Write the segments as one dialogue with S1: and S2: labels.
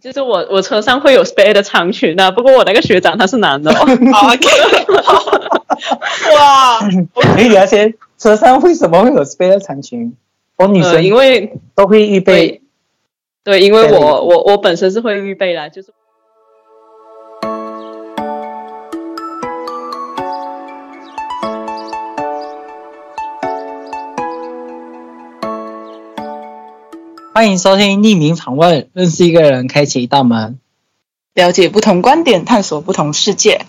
S1: 就是我我车上会有 spare 的长裙的、不过我那个学长他是男 的、哦，
S2: 好，OK，哇，
S3: 可以聊些车上为什么会有 spare 长裙？我女
S1: 呃，
S3: 生
S1: 因为
S3: 都会预备
S1: 对，对，因为
S3: 备了
S1: 我我我本身是会预备啦，就是
S3: 欢迎收听匿名访问，认识一个人，开启一道门。
S2: 了解不同观点，探索不同世界。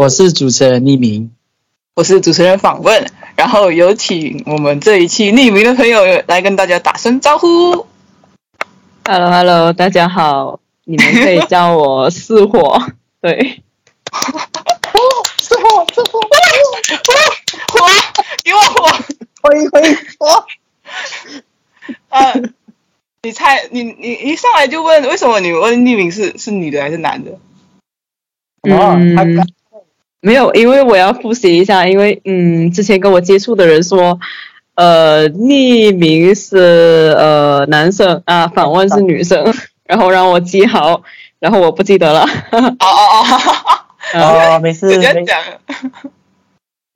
S3: 我是主持人匿名，
S2: 我是主持人访问，然后有请我们这一期匿名的朋友来跟大家打声招呼。
S1: Hello Hello，大家好，你们可以叫我四火， 对，
S3: 师傅，师傅，
S2: 火，给我火！
S3: 挥挥我，
S2: 呃，你猜，你你一上来就问，为什么你问匿名是是女的还是男的？
S3: 哦，他
S1: 嗯没有，因为我要复习一下，因为嗯，之前跟我接触的人说，呃，匿名是呃男生啊，访问是女 生，然后让我记好，然后我不记得了，
S2: 哦哦哦，
S1: 啊
S3: 哦，没事，
S2: 直接
S3: 没
S2: 讲，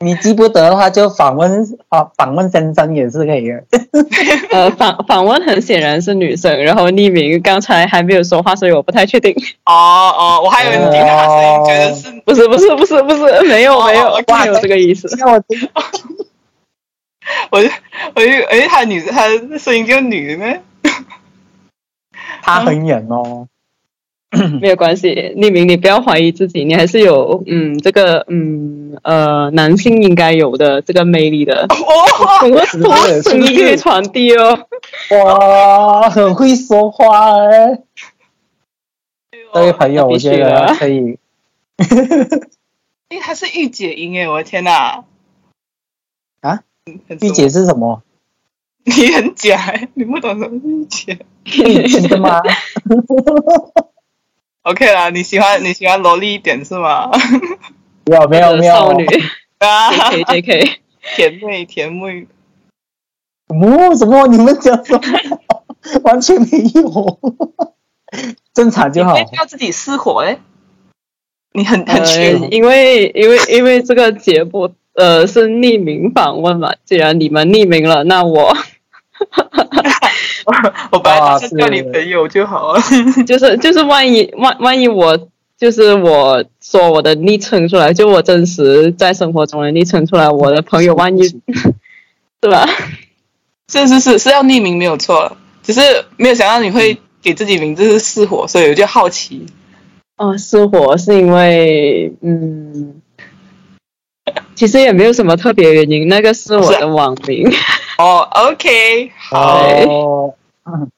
S3: 你记不得的话就访问啊，访问先生也是可以 的。
S1: 呃，访访问很显然是女生，然后匿名刚才还没有说话，所以我不太确定，
S2: 哦哦，我还以为你听他声音觉得是
S1: 不是不是不是不是，没有没
S2: 哦
S1: 有
S2: 哦
S1: 没有这个意思，
S3: 那我真
S2: 我就我就哎，她女她声音就是女的呢。
S3: 他很远哦，
S1: 没有关系，匿名你不要怀疑自己，你还是有嗯这个嗯呃男性应该有的这个魅力的。
S2: 哦，
S1: 通过通过声音可以传递哦。
S3: 哇，很会说话哎。这位朋友，我
S1: 必须
S3: 觉
S1: 的啊
S3: 得可以，
S2: 哎，她是御姐音哎，我的天哪！
S3: 啊
S2: 嗯，很
S3: 御姐是什么？
S2: 你很假哎，你不懂什么御姐。
S3: 御姐 吗？
S2: OK 啦，你喜欢你喜欢萝莉一点是吗？
S3: 没有没有没有，
S1: 少女
S2: 啊，
S1: J K J K，
S2: 甜妹甜妹，
S3: 什么嗯什么？你们讲什么？完全没有，正常就好。哎
S2: 你会叫自己失火嘞？你很很虚
S1: 呃，因为因为因为这个节目呃是匿名访问嘛，既然你们匿名了，那我
S2: 我我本来打算叫你朋友就 好了。
S1: 就是就是万一万万一我。就是我说我的昵称出来，就我真实在生活中的昵称出来，我的朋友万一 是吧？
S2: 是是是是要匿名没有错，只是没有想到你
S3: 嗯
S2: 会给自己名字是失火，所以我就好奇。
S1: 哦，失火是因为嗯，其实也没有什么特别原因，那个是我
S2: 是
S1: 的网名。
S2: 哦，OK，好，
S3: 哦，嗯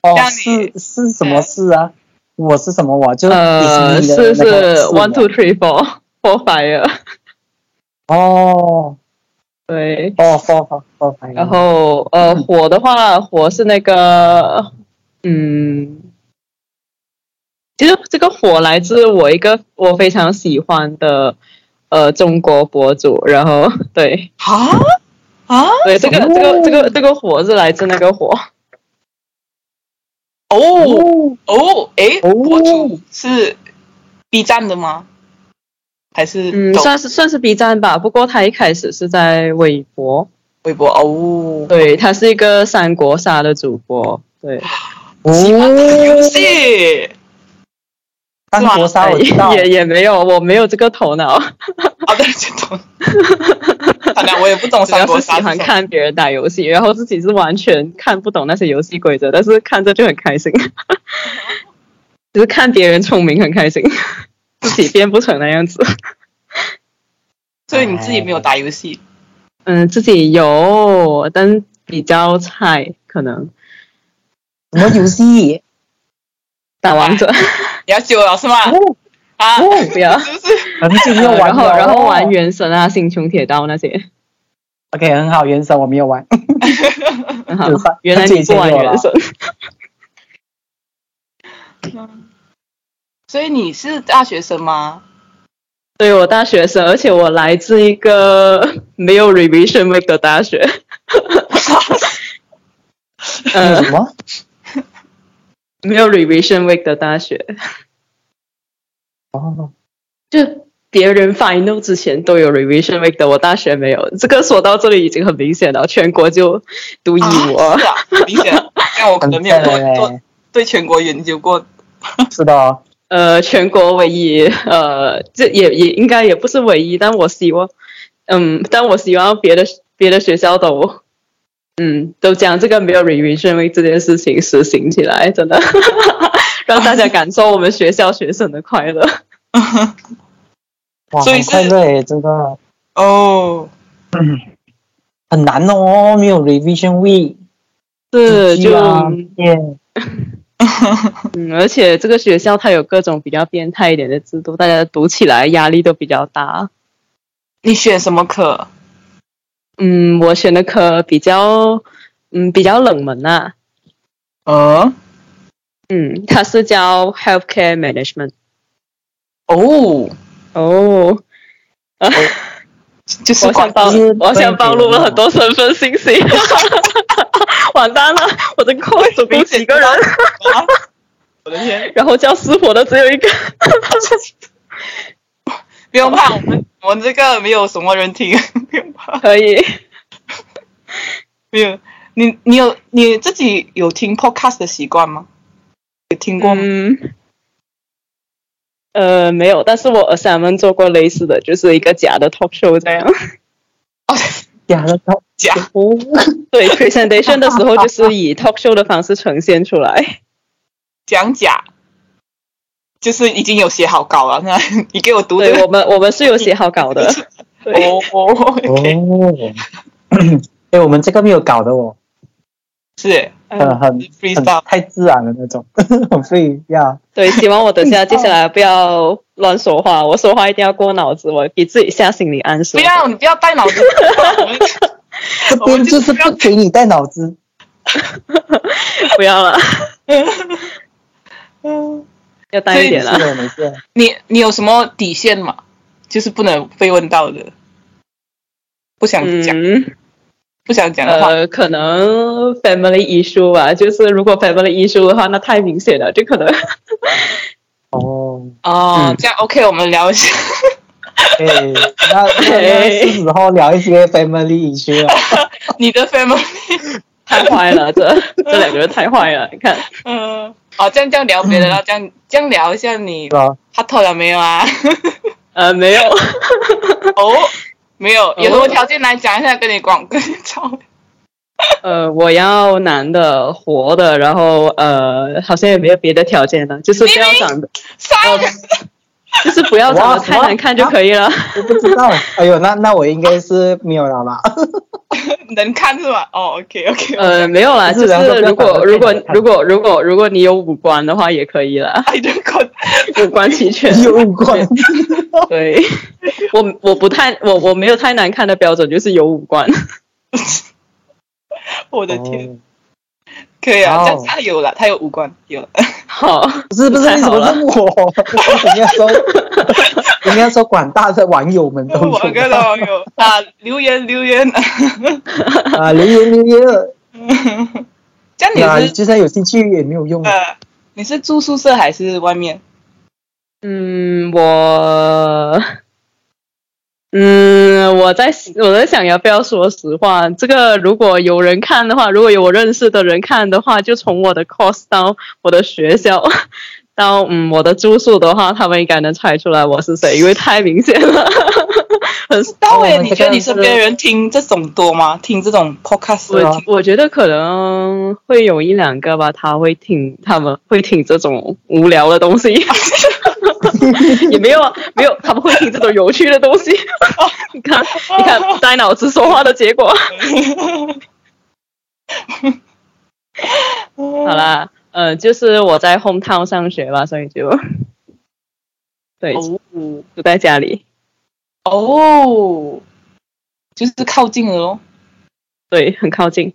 S3: 哦
S2: 像，你
S3: 是是什么事啊？我是什么我？就 是
S1: 呃，
S3: 迪士尼
S1: 是
S3: 的那
S1: 是
S3: 个啊是我
S1: one two three four four fire，
S3: 哦
S1: 对。
S3: 哦，four four four five。
S1: 然后 呃，火的话，火是那个，嗯，其实这个火来自我一个我非常喜欢的呃中国博主，然后 对
S2: 啊啊，
S1: 对，这个
S3: 哦
S1: 这个这个这个火是来自那个火，
S2: 哦
S3: 哦
S2: 哦，诶，
S3: 哦
S2: 博主是 B 站的吗？还是
S1: 嗯，
S2: 抖
S1: 算是算是 B 站吧，不过他一开始是在微博，
S2: 微博？哦，
S1: 对他是一个三国杀的主播，对。
S2: 游
S3: 哦，
S2: 戏
S3: 三国杀我知 道，
S1: 也也没有，我没有这个头脑，
S2: 啊，对，这种，好的，我也不懂
S1: 主要
S2: 哦三国
S1: 是喜
S2: 杀
S1: 欢
S2: 这种
S1: 看别人打游戏，然后自己是完全看不懂那些游戏规则，但是看着就很开心， 就是看别人聪明很开心，自己变不成那样子。
S2: 所以你自己没有打游戏
S1: 嗯，自己有，但比较菜，可能
S3: 什么游戏？
S1: 打王者，
S2: 你要救了是吗？
S3: 哦，
S2: 啊，
S1: 不要。
S2: 是不是？
S3: 很久没有玩
S1: 然后
S3: 了哦
S1: 然后玩原神啊、星穹铁道那 些，
S3: 哦 OK，很好，原神我没有玩，
S1: 很好
S3: 有三
S1: 原来你不玩原神，
S2: 所以你是大学生吗？
S1: 对我大学生，而且我来自一个没有 revision week 的大 学。
S3: 有
S1: 呃
S3: 什，么？
S1: 没有 revision week 的大学，
S3: 哦，
S1: 就别人 final 之前都有 revision week 的，我大学没有。这个说到这里已经很明显了，全国就独一无
S2: 啊
S1: 二。
S2: 是啊，很明显，但我可
S3: 很
S2: 能没有
S3: 赞
S2: 做做
S3: 嘞，
S2: 对全国研究过，
S3: 是的，
S1: 呃，全国唯一，呃，这也也应该也不是唯一，但我希望，嗯，但我希望别的别的学校都，嗯，都将这个没有 revision week 这件事情实行起来，真的， 让大家感受我们学校学生的快乐。
S3: 哇，
S2: 所以
S3: 很
S2: 是
S3: 快乐耶，真的
S2: 哦，
S3: 很难哦，没有 revision week，
S1: 是，
S3: 必须
S1: 就
S3: 啊耶，
S1: 嗯，而且这个学校它有各种比较变态一点的制度，大家读起来压力都比较大。
S2: 你选什么课？
S1: 嗯，我选的科比较，嗯，比较冷门啊。
S3: 呃
S2: 嗯，
S1: 嗯，它是叫 healthcare management。
S2: 哦，
S1: 哦，
S2: 就是
S1: 我想暴
S2: 管
S3: 是，
S1: 我想暴露了
S3: 分给人啊
S1: 很多身份信息， 完蛋了，我的扣总共几个人？
S2: 啊 我的天，
S1: 然后叫师傅的只有一个。
S2: 不用怕，我们我们这个没有什么人听， 不用怕，
S1: 可以，
S2: 没有。你你有你自己有听 podcast 的习惯吗？有听过吗？
S1: 嗯。呃，没有，但是我 assignment 做过类似的，就是一个假的 talk show 这样。
S2: 哦，
S3: 假的到
S2: 假
S3: 哦，
S1: 对 presentation 的时候，就是以 talk show 的方式呈现出 来。
S2: 讲假，就是已经有写好稿了。那 你给我读这
S1: 对
S2: 个
S1: 我 们，我们是有写好稿的。对，
S2: 哦 哦，OK，
S3: 哦， 哎，我们这个没有搞的哦，
S2: 是
S1: 嗯，
S3: 很很很
S2: freestyle，
S3: 太自然的那种， 很费
S2: 哦
S3: 呀，
S1: 对，希望我等下接下来不要乱说话，我说话一定要过脑子，我给自己下心理暗示
S2: 不。要你不要带脑子，
S3: 这边就是不给你带脑子，
S1: 不要了，要淡一
S2: 对
S1: 点
S3: 没
S1: 了。
S3: 事没事，
S2: 你你有什么底线吗？就是不能被问到的，不想讲、
S1: 嗯，
S2: 不想讲的话，
S1: 呃，可能 family issue 吧，就是如果 family issue 的话，那太明显了，就可能
S3: 哦。
S2: 哦
S3: 嗯，
S2: 这样 OK，我们聊一下。
S3: 哎， 那
S2: 哎
S3: 那是时候聊一些 family issue 了。
S2: 你的 family，
S1: 太坏了，这这两个人太坏了。你看，
S2: 嗯，哦，这样这样聊别的，然后这样这样聊一下你
S3: 是吧？
S2: 他透了没有啊？
S1: 呃，没有，
S2: 哦，没有，有什么条件来讲一下，跟你广跟你吵。
S1: 呃，我要男的、活的，然后呃，好像也没有别的条件了，就是不要长得，
S2: 三个
S3: 嗯
S1: 就是不要长
S3: 哇
S1: 得太难看就可以了。
S3: 我不知道，哎呦，那那我应该是没有了吧？
S2: 能看是吧？哦，OK OK，
S1: 呃，没有啦，
S3: 不
S1: 就是
S3: 然后
S1: 是
S3: 不要
S1: 如
S3: 长
S1: 果
S3: 得
S1: 如果
S3: 太难看
S1: 如果如果如果你有五官的话也可以啦，
S2: I don't call，
S1: 五官齐全。
S3: 有关，
S1: 对，我我不太我我没有太难看的标准，就是有五官。
S2: 我的天，可以啊，
S3: 哇
S2: 这
S3: 哦
S2: 样他有了，他有五官，有了，
S1: 好，
S3: 不是不是，
S1: 太
S3: 你怎
S1: 好
S3: 么
S1: 了
S3: 是我？应该说，应该说广大的网友们 都
S2: 我跟
S3: 有
S2: 老友啊，留言留言，
S3: 啊，留言留言。
S2: 这
S3: 对啊，
S2: 样你是
S3: 就算有兴趣也没有用。
S2: 呃，你是住宿舍还是外面？
S1: 嗯，我，嗯，我在我在想要不要说实话，这个如果有人看的话，如果有我认识的人看的话，就从我的 course 到我的学校，到嗯我的住宿的话，他们应该能猜出来我是谁，因为太明显了。 很，
S2: 大卫，
S3: 我
S2: 你
S3: 这
S2: 觉得
S3: 个
S2: 你身
S3: 是
S2: 边人听这种多吗？听这种 podcast
S3: 对
S2: 的
S3: 啊
S1: 我我觉得可能会有一两个吧，他会听，他们会听这种无聊的 东西，也没有啊没有，他们会听这种有趣的东 西。你看，你看，呆脑子说话的结果。好啦，呃，就是我在 hometown 上学吧，所以就 对
S2: 哦
S1: 住在家里。
S2: 哦，就是靠近了咯。
S1: 对，很靠近。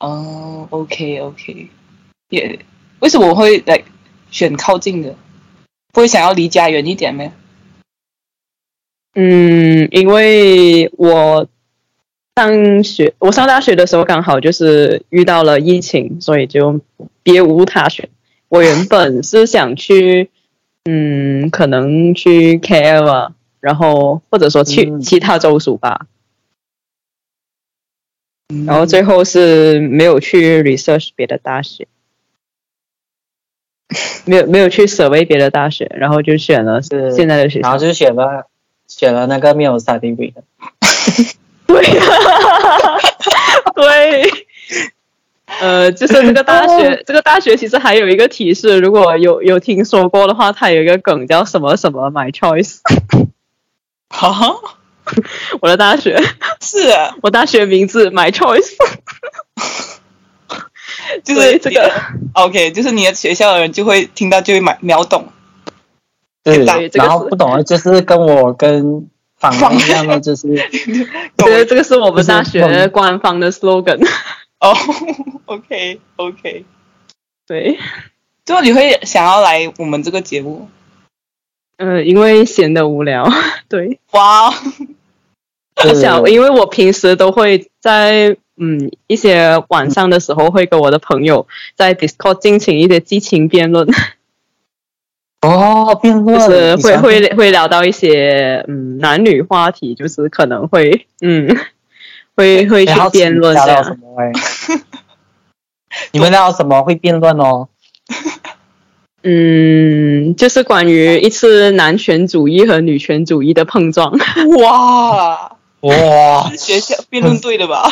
S2: 哦，OK OK，也、为什么我会来选靠近的？不会想要离家远一点咩？
S1: 嗯，因为我上学我上大学的时候刚好就是遇到了疫情，所以就别无他选。我原本是想去，嗯，可能去 KL 啊，然后或者说去
S3: 嗯
S1: 其他州属吧。
S2: 嗯
S1: 然后最后是没有去 research 别的大学， 没有没有去 survey 别的大学，然后就选了
S3: 是
S1: 现在的学校
S3: 然后。就选了选了那个没有 study week 的，
S1: 对， 对，呃，就是这个大学，这个大学其实还有一个提示，如果有有听说过的话，它有一个梗叫什么什么 my choice。
S2: 啊，
S1: 我的大学，
S2: 是啊，
S1: 我大学名字 my choice。
S2: 就
S1: 对
S2: 是
S1: 这
S2: 你的
S1: 个
S2: OK，就是你的学校的人就会听到就会秒秒懂，
S3: 对
S1: 对这个
S3: 然后
S1: 是
S3: 不懂的就是跟我跟访问一样的，就是
S2: 懂
S1: 对，这个是我
S3: 就
S1: 们
S3: 是
S1: 大学
S3: 懂
S1: 官方的 slogan。
S2: 哦。OK OK，
S1: 对，
S2: 最后你会想要来我们这个节目？
S1: 呃，因为闲得无聊，对。
S2: 哇，
S1: 我
S3: 是
S1: 想，因为我平时都会在嗯一些晚上的时候，会跟我的朋友在 Discord 进行一些激情辩论，
S3: 哦辩论，
S1: 就是
S3: 你
S1: 会
S3: 想
S1: 会会聊到一些嗯男女话题，就是可能会嗯会会去
S3: 然后
S1: 辩论
S3: 聊
S1: 这
S3: 到什
S1: 样。
S3: 么、欸？你们聊到什么会辩论哦？
S1: 嗯，就是关于一次男权主义和女权主义的碰撞。
S2: 哇，
S3: 哇
S2: 是学校辩论队的吧？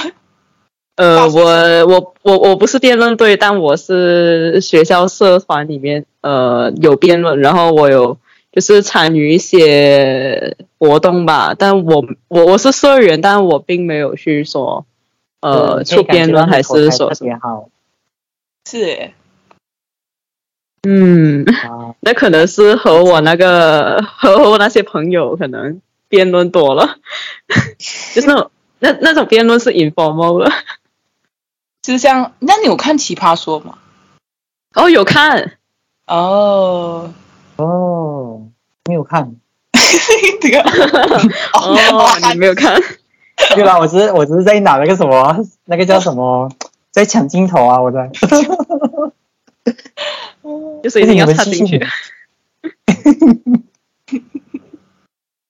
S1: 呃，
S2: 大学
S1: 我我我我不是辩论队，但我是学校社团里面呃有辩论，然后我有就是参与一些活动吧，但我我我是社员，但我并没有去说呃
S3: 对你可以
S1: 出辩论还是说
S3: 感觉到你口才特别好
S2: 是耶，
S1: 嗯，
S3: 啊，
S1: 那可能是和我那个和我那些朋友可能辩论多了， 就是那种那那种辩论是 informal 的。
S2: 就是像那你有看《奇葩说》吗？
S1: 哦，有看，
S2: 哦，
S3: 哦，没有看，
S2: 这个
S1: 哦，你没有看。
S3: 对吧？我只是我只是在拿那个什么，啊那个叫什么，在抢镜头啊，我在。
S1: 就是一定要插进去。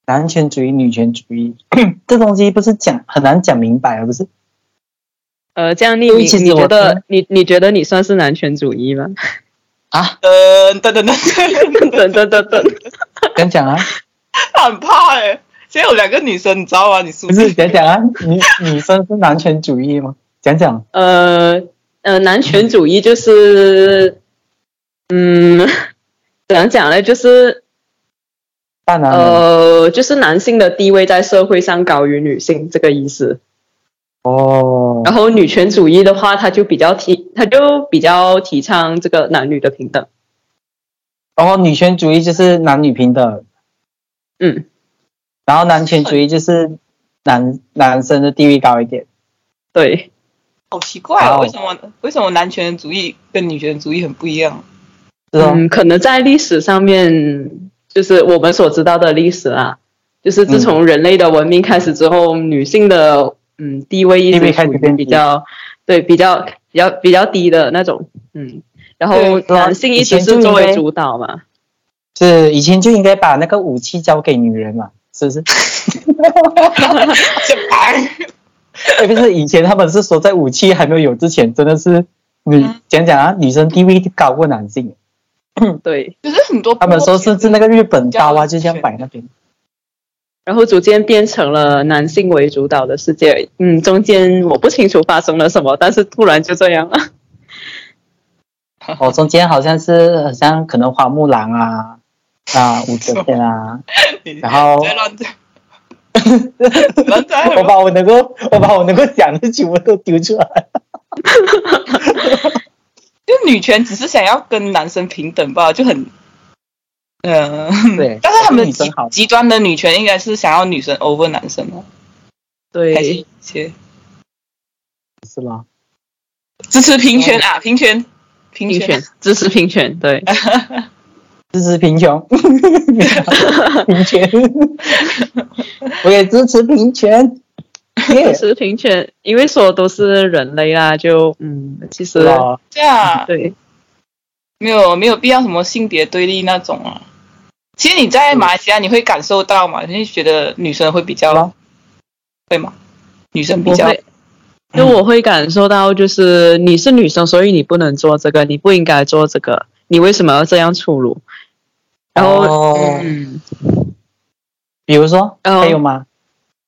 S3: 男权主义、女权主义， 这东西不是讲很难讲明白啊，不是？
S1: 呃，这样你
S3: 因为
S1: 你
S3: 其实
S1: 你
S3: 我
S1: 觉
S3: 听
S1: 得你你觉得你算是男权主义吗？
S3: 啊，
S2: 噔噔噔噔噔，
S1: 等等等等，
S3: 讲讲啊，
S2: 他很怕哎。现在有两个女生，你知道吗？你是
S3: 不是讲讲啊，女女生是男权主义吗？讲讲，
S1: 呃呃，男权主义就是，嗯， 怎样讲呢？就是
S3: 大男人、
S1: 呃，就是男性的地位在社会上高于女性这个意思。
S3: 哦，
S1: 然后女权主义的话，它就比较提，它就比较提倡这个男女的平等。
S3: 然后女权主义就是男女平等，
S1: 嗯，
S3: 然后男权主义就是男男生的地位高一点，
S1: 对，
S2: 好奇怪哦，
S3: 哦
S2: 为什么为什么男权主义跟女权主义很不一样？
S3: 是哦，
S1: 嗯，可能在历史上面，就是我们所知道的历史啦，就是
S3: 嗯
S1: 自从人类的文明开始之后，女性的嗯地位一
S3: 地
S1: 直
S3: 位开
S1: 处
S3: 始
S1: 于
S3: 变低
S1: 比较对比较比较比较低的那种，嗯，然后
S3: 对
S1: 男性一直是作为主导嘛，
S3: 是以前就应该把那个武器交给女人嘛，是不是？
S2: 这白
S3: 哎，不是，以前他们是说在武器还没有之前，真的是女、
S2: 嗯
S3: 讲讲啊，女生地位高过男性。
S1: 对，
S2: 就是很多
S3: 他们说甚至那个日本刀啊，
S2: 这
S3: 就
S2: 样
S3: 像摆那边。
S1: 然后逐渐变成了男性为主导的世界，嗯，中间我不清楚发生了什么，但是突然就这样了，
S3: 哦，中间好像是好像可能花木兰啊啊武则天啊，
S2: 你
S3: 然后
S2: 在乱讲，乱讲什
S3: 我
S2: 么？
S3: 把我能够我把我能够讲的全部都丢出来。
S2: 就女权只是想要跟男生平等吧，就很，嗯、
S3: 对
S2: 但是他们
S3: 女生
S2: 极
S3: 好
S2: 极端的女权应该是想要女生 over 男生哦，还是
S1: 对
S2: 一，些
S3: 是吗？
S2: 支持平权啊，平权，
S1: 嗯
S2: 平
S1: 平权，支持平权，对。
S3: 支持 贫穷， 平权，我也支持平权。耶
S1: 食平权，因为说都是人类啦，就嗯，其实
S3: 哇
S2: 这样啊
S1: 对，
S2: 没有没有必要什么性别对立那种啊。其实你
S1: 嗯
S2: 在马来西亚你会感受到嘛，你会觉得女生会比较，对吗？女生比
S1: 我
S2: 较
S1: 会，就我会感受到，就是你是女生，所以你不能做这个，你不应该做这个，你为什么要这样粗鲁？然后，
S3: 哦，
S1: 嗯，
S3: 比如说
S1: 哦
S3: 还有吗？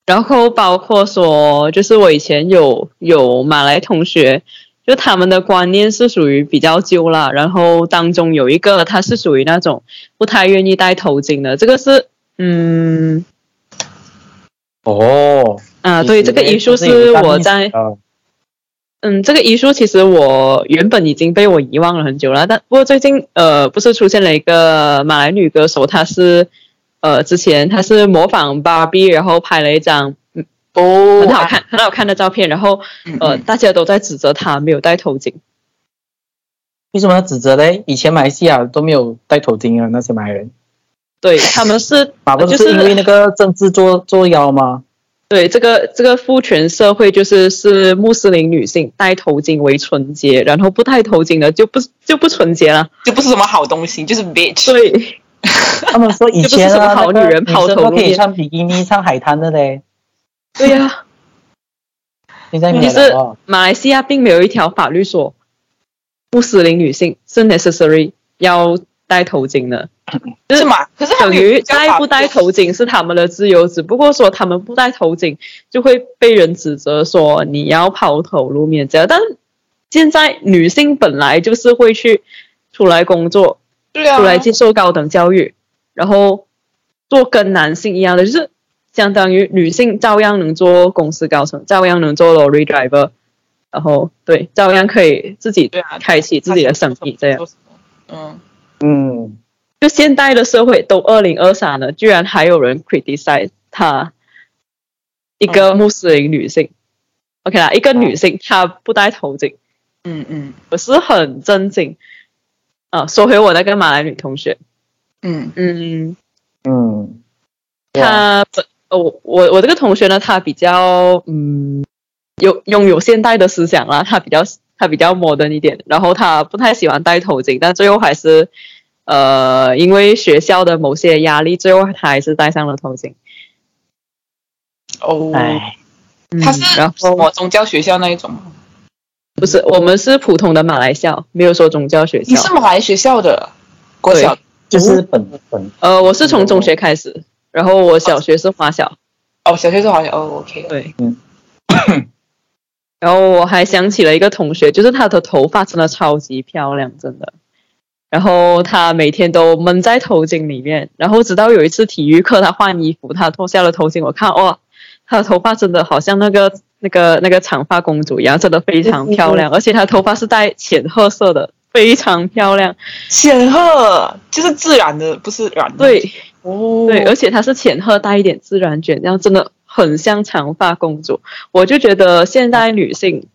S1: 然后包括说，就是我以前有有马来同学，就他们的观念是属于比较旧啦，然后当中有一个他是属于那种不太愿意戴头巾的，这个是，嗯，
S3: 哦，
S1: 啊，对，这个
S3: 其实
S1: 艺术
S3: 有一
S1: 是
S3: 段
S1: 我
S3: 历史
S1: 在。
S3: 的
S1: 嗯，这个遗书其实我原本已经被我遗忘了很久了，但不过最近呃，不是出现了一个马来女歌手，她是呃之前她是模仿芭比，然后拍了一张嗯
S2: 哦
S1: 很好
S3: 啊
S1: 看、很好看的照片，然后
S3: 嗯
S1: 呃大家都在指责她没有戴头巾，
S3: 为什么要指责嘞？以前马来西亚都没有戴头巾啊，那些马来人，
S1: 对他们 是呃
S3: 马不
S1: 就是
S3: 因为那个政治作作 妖吗？
S1: 对这个这个父权社会就是是穆斯林女性戴头巾为纯洁，然后不戴头巾的就不就不纯洁了，
S2: 就不是什么好东西，就是 bitch。
S1: 对。
S3: 他们说以前
S1: 这不是什么
S3: 啊，
S1: 好女人
S3: 那个
S1: 抛头
S3: 生都可
S1: 露
S3: 以
S1: 面
S3: 穿比基尼上海滩的嘞，
S1: 对呀、
S3: 现在没
S1: 其
S3: 有
S1: 实
S3: 了哦。
S1: 马来西亚并没有一条法律说穆斯林女性是 necessary 要戴头巾的，
S2: 是吗？可是
S3: 啊
S2: 他
S1: 等
S2: 们
S1: 于
S2: 有
S1: 戴不戴头巾是他们的自由，只不过说他们不戴头巾就会被人指责说你要抛头露面这样。但现在女性本来就是会去出来工作，
S2: 对啊，
S1: 出来接受高等教育，然后做跟男性一样的，就是相当于女性照样能做公司高层，照样能做 lorry driver，然后对，照样可以自己
S2: 对啊
S1: 开启自己的生意，这样。。
S2: 嗯，
S3: 嗯，
S1: 就现代的社会都二零二三了，居然还有人 criticize 她一个穆斯林女性、o k 啦，一个女性她不戴头巾，
S2: 嗯嗯
S1: 我是很震惊。啊，说回我那个马来女同学，
S2: 嗯
S1: 嗯，
S3: 嗯，对啊
S1: 他本呃我我我这个同学呢，他比较嗯，有拥有现代的思想啦，他比较他比较 modern 一点，然后他不太喜欢戴头巾，但最后还是呃，因为学校的某些压力，最后他还是戴上了头巾。
S2: 哦，
S3: 哎，
S1: 嗯
S2: 他是
S1: 然
S2: 什
S1: 后
S2: 么宗教学校那一种吗？
S1: 不是我们是普通的马来校，没有说宗教学
S2: 你是
S1: 校。
S2: 马来学校的国小
S3: 就是本本
S1: 呃，我是从中学开始，然后我小学是华小，
S2: 哦，小学是好像哦，OK，
S1: 对，
S3: 嗯
S1: 然后我还想起了一个同学，就是她的头发真的超级漂亮，真的。然后她每天都闷在头巾里面，然后直到有一次体育课，她换衣服，她脱下了头巾，我看哇，她的头发真的好像那个那个那个长发公主一样，真的非常漂亮，而且她头发是带浅褐色的，非常漂亮。
S2: 显赫就是自然的，不是染的。
S1: 对，
S2: 哦，
S1: 对，而且它是浅褐带一点自然卷，这样真的很像长发公主。我就觉得现代女性，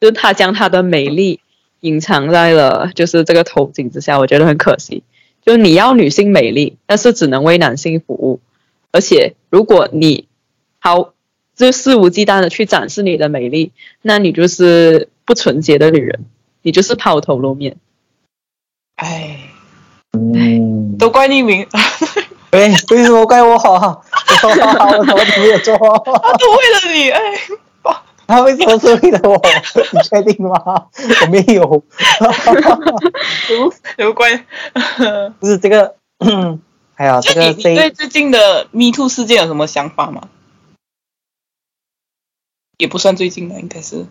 S1: 就是她将她的美丽隐藏在了就是这个头巾之下，我觉得很可惜。就是你要女性美丽，但是只能为男性服务。而且如果你好就肆无忌惮的去展示你的美丽，那你就是不纯洁的女人，你就是抛头露面。
S2: 哎，
S3: 嗯，
S2: 都怪匿名，
S3: 对，为什么怪我？ 我什么都没有做，
S2: 都为了你，哎，
S3: 他为什么是为了我？你确定吗？我没有，
S2: 都都怪。
S3: 不是这个。哎呀，这
S2: 就你
S3: 个
S2: 你
S3: 这
S2: 对最近的 Me Too 事件有什么想法吗？也不算最近的，应该是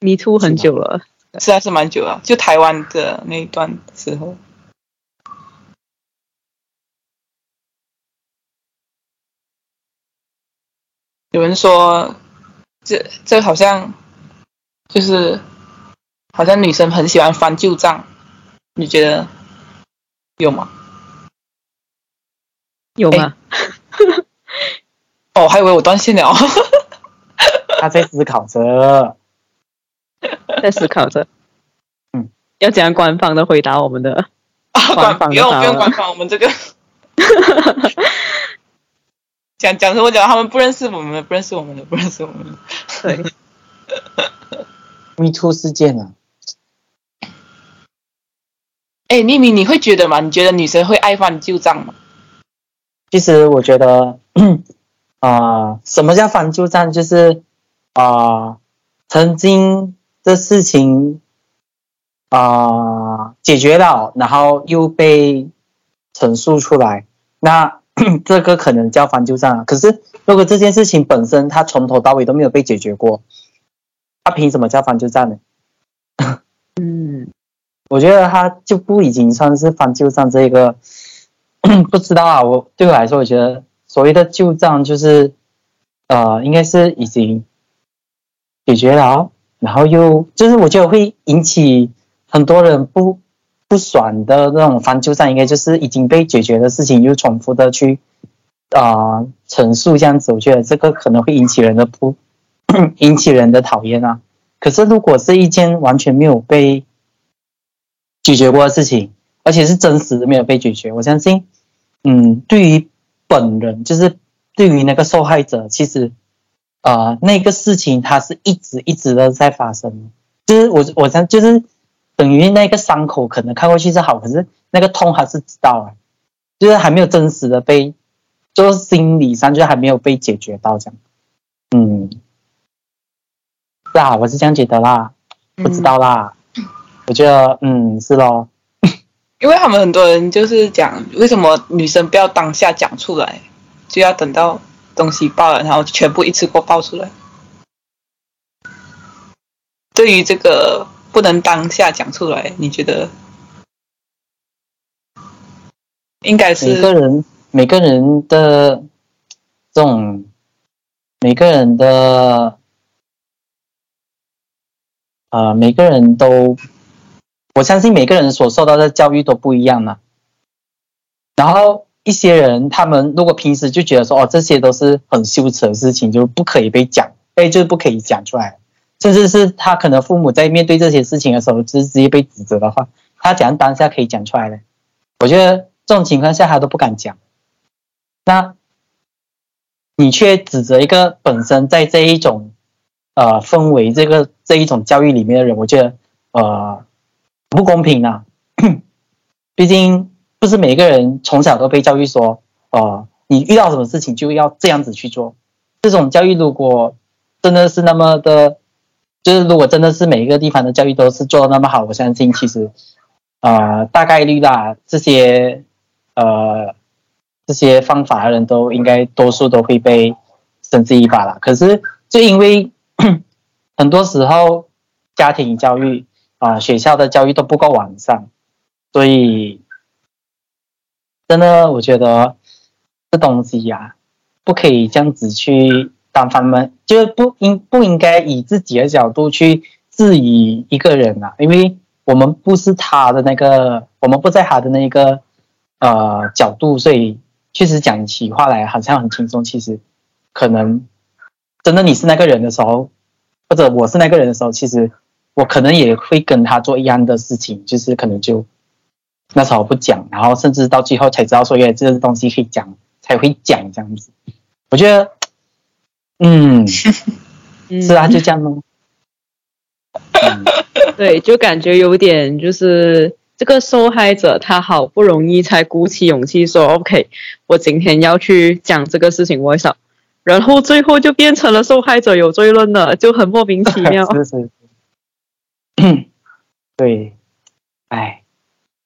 S1: Me too 很久了，
S2: 是还是蛮久了，就台湾的那一段时候。有人说，这这好像就是好像女生很喜欢翻旧账，你觉得有吗？
S1: 有吗？
S2: 哦，我还以为我断线了。
S3: 他在思考着，
S1: 在思考着。
S3: 嗯，
S1: 要怎样官方的回答我们的？
S2: 啊，
S1: 官
S2: 官
S1: 方
S2: 不
S1: 就
S2: 用
S1: 好
S2: 不用
S1: 了
S2: 官方，我们这个讲讲什么讲？他们不认识我们，不认识我们的，不认识我们的。
S1: 对，
S3: Me Too 事件啊，
S2: 哎，匿名你会觉得吗？你觉得女生会爱翻旧账吗？
S3: 其实我觉得， 啊、什么叫翻旧账？就是啊、曾经的事情啊、解决了，然后又被陈述出来，那 这个可能叫翻旧账啊。可是如果这件事情本身它从头到尾都没有被解决过，它凭什么叫翻旧账呢？
S1: 嗯，
S3: 我觉得他就不已经算是翻旧账这一个， 不知道啊。我对我来说，我觉得所谓的旧账就是，呃，应该是已经解决了，然后又就是我觉得会引起很多人不不爽的那种翻旧账，应该就是已经被解决的事情又重复的去啊、呃陈述这样子，我觉得这个可能会引起人的不 引起人的讨厌啊。可是如果是一件完全没有被解决过的事情，而且是真实的没有被解决。我相信，嗯，对于本人，就是对于那个受害者，其实，呃，那个事情它是一直一直的在发生的。就是我我想就是等于那个伤口可能看过去是好，可是那个痛还是知道啊，就是还没有真实的被，就是心理上就还没有被解决到这样。嗯，是啊，我是这样觉得啦，不知道啦，我觉得嗯是咯。
S2: 因为他们很多人就是讲，为什么女生不要当下讲出来，就要等到东西爆了，然后全部一次过爆出来。对于这个不能当下讲出来，你觉得应该
S3: 每个
S2: 是
S3: 人每个人的这种，每个人的呃，每个人都，我相信每个人所受到的教育都不一样嘛。啊然后一些人，他们如果平时就觉得说，哦，这些都是很羞耻的事情，就不可以被讲，哎，就是不可以讲出来，甚至是他可能父母在面对这些事情的时候，就是直接被指责的话，他怎样当下可以讲出来呢？我觉得这种情况下他都不敢讲。那你却指责一个本身在这一种呃氛围、这个这一种教育里面的人，我觉得呃不公平啊。 毕竟不是每个人从小都被教育说，呃，你遇到什么事情就要这样子去做。这种教育如果真的是那么的，就是如果真的是每一个地方的教育都是做的那么好，我相信其实呃，大概率啦，这些呃这些方法的人都应该多数都会被绳之以法啦。可是就因为 很多时候家庭教育啊、学校的教育都不够完善，所以真的我觉得这东西呀、不可以这样子去当他们，就是不应不应该以自己的角度去质疑一个人啊，因为我们不是他的那个，我们不在他的那个呃角度，所以确实讲起话来好像很轻松，其实可能真的你是那个人的时候，或者我是那个人的时候，其实我可能也会跟他做一样的事情，就是可能就那时候不讲，然后甚至到最后才知道说原来这个东西可以讲，才会讲这样子。我觉得，嗯，
S1: 嗯
S3: 是啊，就这样咯。嗯
S1: 对，就感觉有点就是这个受害者，他好不容易才鼓起勇气说 “OK”，我今天要去讲这个事情，我想，然后最后就变成了受害者有罪论了，就很莫名其妙。
S3: 是是是， 对，哎，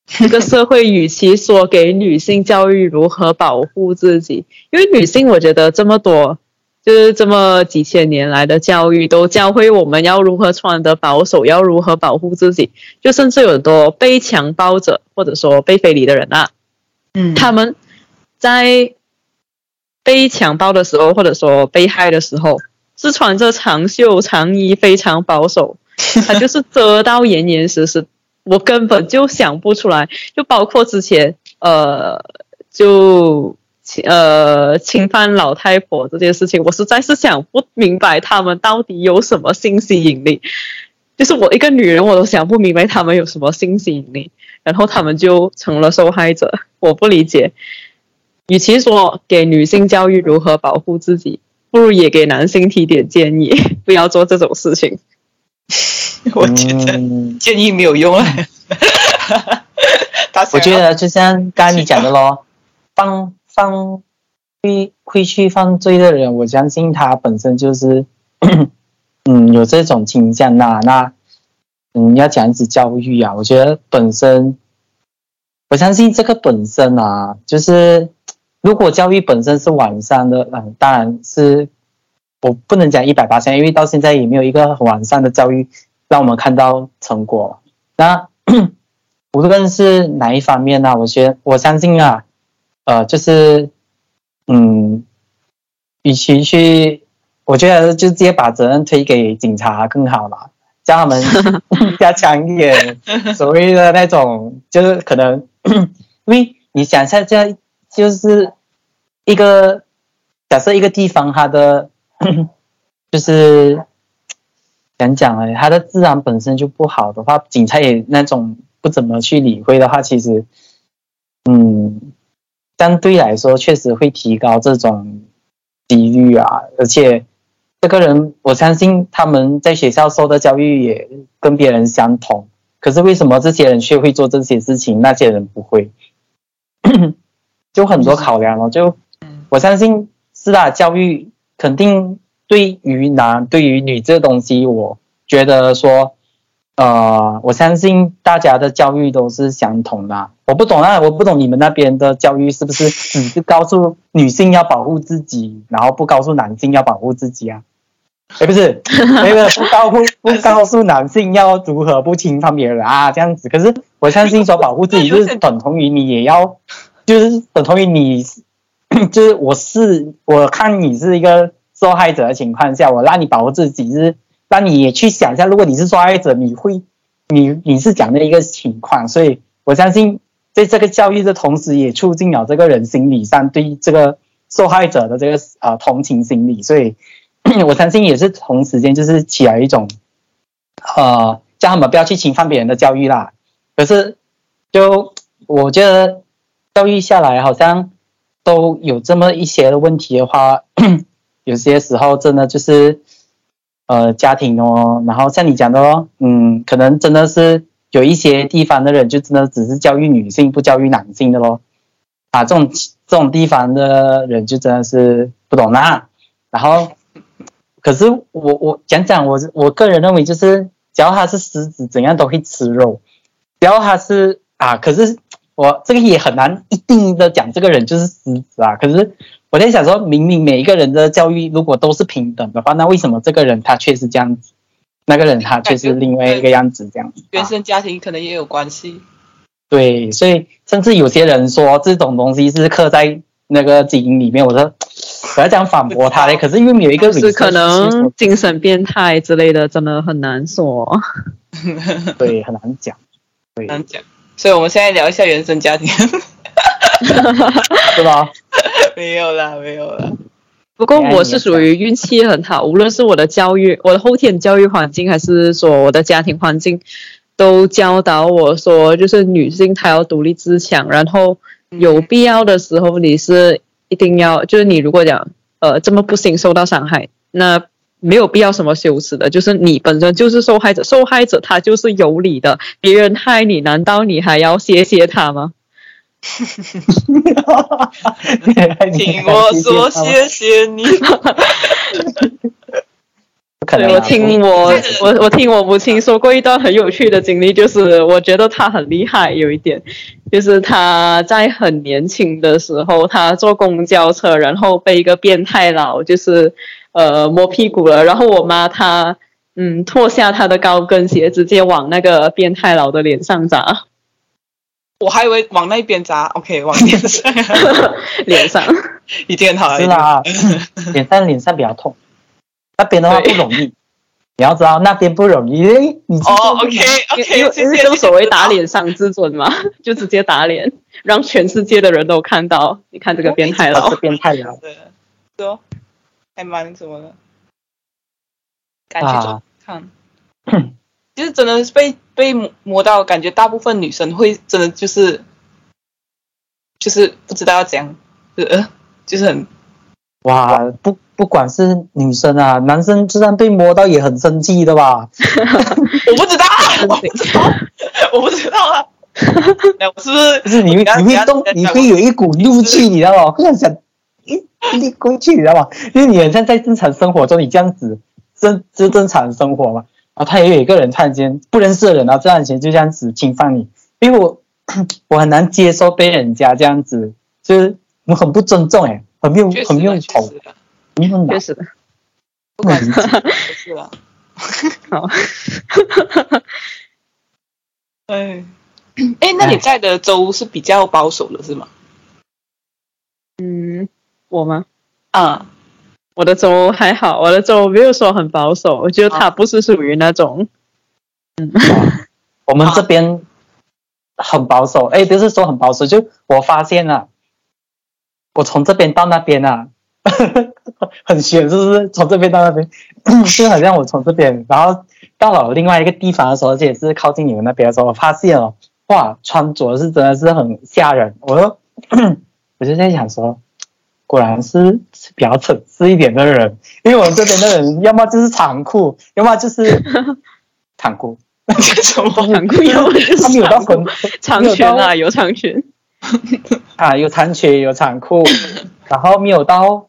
S1: 这个社会与其说给女性教育如何保护自己，因为女性我觉得这么多，就是这么几千年来的教育都教会我们要如何穿得保守，要如何保护自己，就甚至有很多被强暴者或者说被非礼的人啊，
S2: 嗯
S1: 他们在被强暴的时候，或者说被害的时候，是穿着长袖长衣，非常保守，他就是遮到严严实实。我根本就想不出来，就包括之前呃，就侵呃侵犯老太婆这件事情，我实在是想不明白他们到底有什么性吸引力。就是我一个女人，我都想不明白他们有 什么性吸引力，然后他们就成了受害者。我不理解，与其说给女性教育如何保护自己，不如也给男性提点建议， 不要做这种事情。
S2: 我觉得
S3: 嗯
S2: 建议没有 用啊。他想要
S3: 我觉得就像刚刚你讲的咯，放放会会去犯罪的人，我相信他本身就是， 嗯，有这种倾向呐、那嗯，要讲一直教育啊，我觉得本身，我相信这个本身啊，就是如果教育本身是完善的，嗯，当然是我不能讲一百八因为到现在也没有一个很完善的教育让我们看到成果嘛。那无论是哪一方面呢、啊我觉得我相信啊，呃，就是嗯，与其去，我觉得就直接把责任推给警察更好啦，叫他们加强一点所谓的那种，就是可能，因为你想一下，这就是一个假设一个地方它的 就是讲讲哎，它的治安本身就不好的话，警察也那种不怎么去理会的话，其实，嗯，相对来说确实会提高这种几率啊，而且这个人我相信他们在学校受的教育也跟别人相同，可是为什么这些人却会做这些事情，那些人不会？ 就很多考量了，就我相信是啦，教育肯定对于男对于女这东西，我觉得说，呃，我相信大家的教育都是相同的啊。我不懂啊，我不懂你们那边的教育是不是只是告诉女性要保护自己，然后不告诉男性要保护自己啊？哎，不是，那个不告不不告诉男性要如何不侵犯别人啊，这样子。可是我相信说保护自己就是等同于你也要，就是等同于你，就是我是我看你是一个受害者的情况下，我让你保护自己，就是让你也去想一下，如果你是受害者，你会你你是讲的一个情况，所以我相信在这个教育的同时，也促进了这个人心理上对这个受害者的这个呃同情心理，所以 我相信也是同时间就是起来一种呃叫他们不要去侵犯别人的教育啦。可是就我觉得教育下来好像都有这么一些的问题的话， 有些时候真的就是呃家庭哦，然后像你讲的哦，嗯，可能真的是有一些地方的人就真的只是教育女性不教育男性的咯，啊，这种这种地方的人就真的是不懂啦。然后，可是我我讲讲我我个人认为就是，只要它是狮子，怎样都会吃肉。只要他是啊，可是我这个也很难一定的讲这个人就是狮子啊。可是我在想说，明明每一个人的教育如果都是平等的话，那为什么这个人他却是这样子，那个人他却是另外一个样子这样子、啊？
S2: 原生家庭可能也有关系。
S3: 对，所以甚至有些人说这种东西是刻在那个基因里面，我说我要讲反驳他嘞，可是又没有一个
S1: 就
S3: 理
S1: 哦是可能精神变态之类的，真的很难说。
S3: 对很难讲，对
S2: 难讲。所以我们现在聊一下原生家庭，
S3: 是吧？
S1: 嗯
S2: 没有啦，没有啦。
S1: 不过我是属于运气很好，无论是我的教育、我的后天教育环境，还是说我的家庭环境，都教导我说，就是女性她要独立自强，然后有必要的时候你是一定要，就是你如果讲呃这么不幸受到伤害，那没有必要什么羞耻的，就是你本身就是受害者，受害者他就是有理的，别人害你，难道你还要谢谢他吗？
S2: 请我说谢谢你。
S3: 不可能
S1: 对，
S3: 啊，
S1: 我听我
S2: 这个
S1: 我我听我母亲说过一段很有趣的经历，就是我觉得她很厉害，有一点，就是她在很年轻的时候，她坐公交车，然后被一个变态佬就是呃摸屁股了，然后我妈她嗯脱下她的高跟鞋，直接往那个变态佬的脸上砸，
S2: 我还以为往那边砸，OK，往脸上，
S1: 脸上。
S2: 已经很好了。
S3: 是啦，脸上脸上比较痛，那边的话不容易。你要知道那边不容易，诶你去
S2: 哦
S3: 做就
S1: 因
S3: 好
S2: ，OK，OK，
S1: 为
S2: 谢
S1: 因为
S2: 谢。
S1: 正所谓打脸伤自尊嘛， 就直接打脸，让全世界的人都看到，你看这个变态
S3: 他
S1: 佬
S3: 这。边太难
S2: 对，
S1: 哦
S2: 说还蛮什么的，感觉就
S3: 啊，
S2: 看，就是真的是被被磨磨到，感觉大部分女生会真的就是就是不知道要怎样呃，就是很
S3: 哇，不不管是女生啊，男生就算被摸到也很生气的吧？
S2: 我不知 道啊，我不知道， 我不知道 啊。哎，我是不是？
S3: 就是你会
S2: 等下
S3: 你会动，
S2: 等
S3: 你
S2: 下
S3: 会有一股怒气，你知道吗？会很想一一过去，你知道吗？就是你很像在正常生活中，你这样子正就正常生活嘛。然后他也有一个人突然间不认识的人，然后突然间就这样子侵犯你，因为我我很难接受被人家这样子，就是我很不尊重哎、很没有
S2: 确实
S3: 很没有
S2: 啊确
S3: 头
S2: 实，啊
S3: 没有脑
S1: 确，实，
S2: 不管是什么都是 啊。
S1: 好，
S2: 哎， 哎，那你在的州是比较保守的是吗？
S1: 嗯，我吗？
S2: 啊，
S1: 我的州还好，我的州没有说很保守，我觉得
S3: 啊
S1: 它不是属于那种，
S3: 我们这边很保守，哎，不是说很保守，就我发现了、我从这边到那边啊， 很悬，是不是？从这边到那边， 就好像我从这边，然后到了另外一个地方的时候，而且是靠近你们那边的时候，我发现哦，哇，穿着是真的是很吓人。我就 我就在想说，果然是是比较层次一点的人，因为我们这边的人要么就是长裤，要么就是短裤。
S2: 什 么？
S1: 长裤要么 就是
S3: 哦他们有到
S1: 长
S3: 很
S1: 裤， 长裙啊，有长裙，
S3: 啊，有长裙有长裤， 然后没有到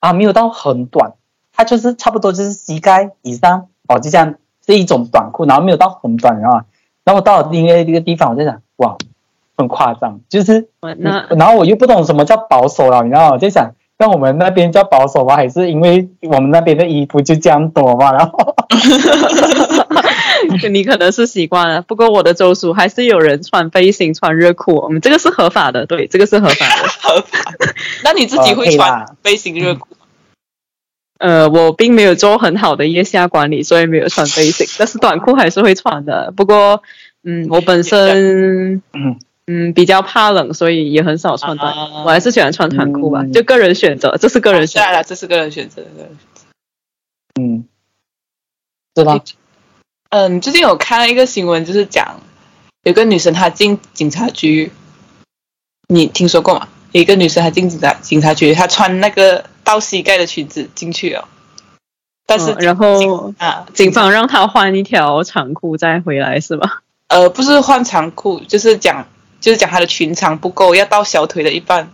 S3: 啊，没有到很短，它就是差不多就是膝盖以上哦，就这样是一种短裤，然后没有到很短啊。然后我到了另外一个地方，我在想，哇，很夸张，就是嗯
S1: 我 那
S3: 然后我又不懂什么叫保守了，你知道吗，我就想。那我们那边叫保守吗？还是因为我们那边的衣服就这样多嘛？然后
S1: 你可能是习惯了，不过我的州属还是有人穿背心、穿热裤，我们这个是合法的，对，这个是合法 的。
S2: 那你自己
S3: 哦可
S2: 会
S3: 以
S2: 穿
S3: 啦
S2: 背心热裤？
S1: 呃，我并没有做很好的腋下管理，所以没有穿背心，但是短裤还是会穿的。不过，嗯，我本身
S3: 嗯
S1: 嗯比较怕冷，所以也很少穿短裤，
S2: 啊哦
S1: 我还是喜欢穿短裤吧，
S3: 嗯
S1: 就个人选择，这是个人选
S2: 下来
S1: 择。
S2: 了，这是个人选择。个人选择
S3: 嗯，对吧？
S2: 嗯，最近有看到一个新闻，就是讲有个女生她进警察局，你听说过吗？有一个女生她进警察警察局，她穿那个到膝盖的裙子进去哦，但是、
S1: 嗯然后
S2: 啊，
S1: 警方让他换一条长裤再回来是吧？
S2: 呃不是换长裤，就是讲就是讲她的裙长不够，要到小腿的一半。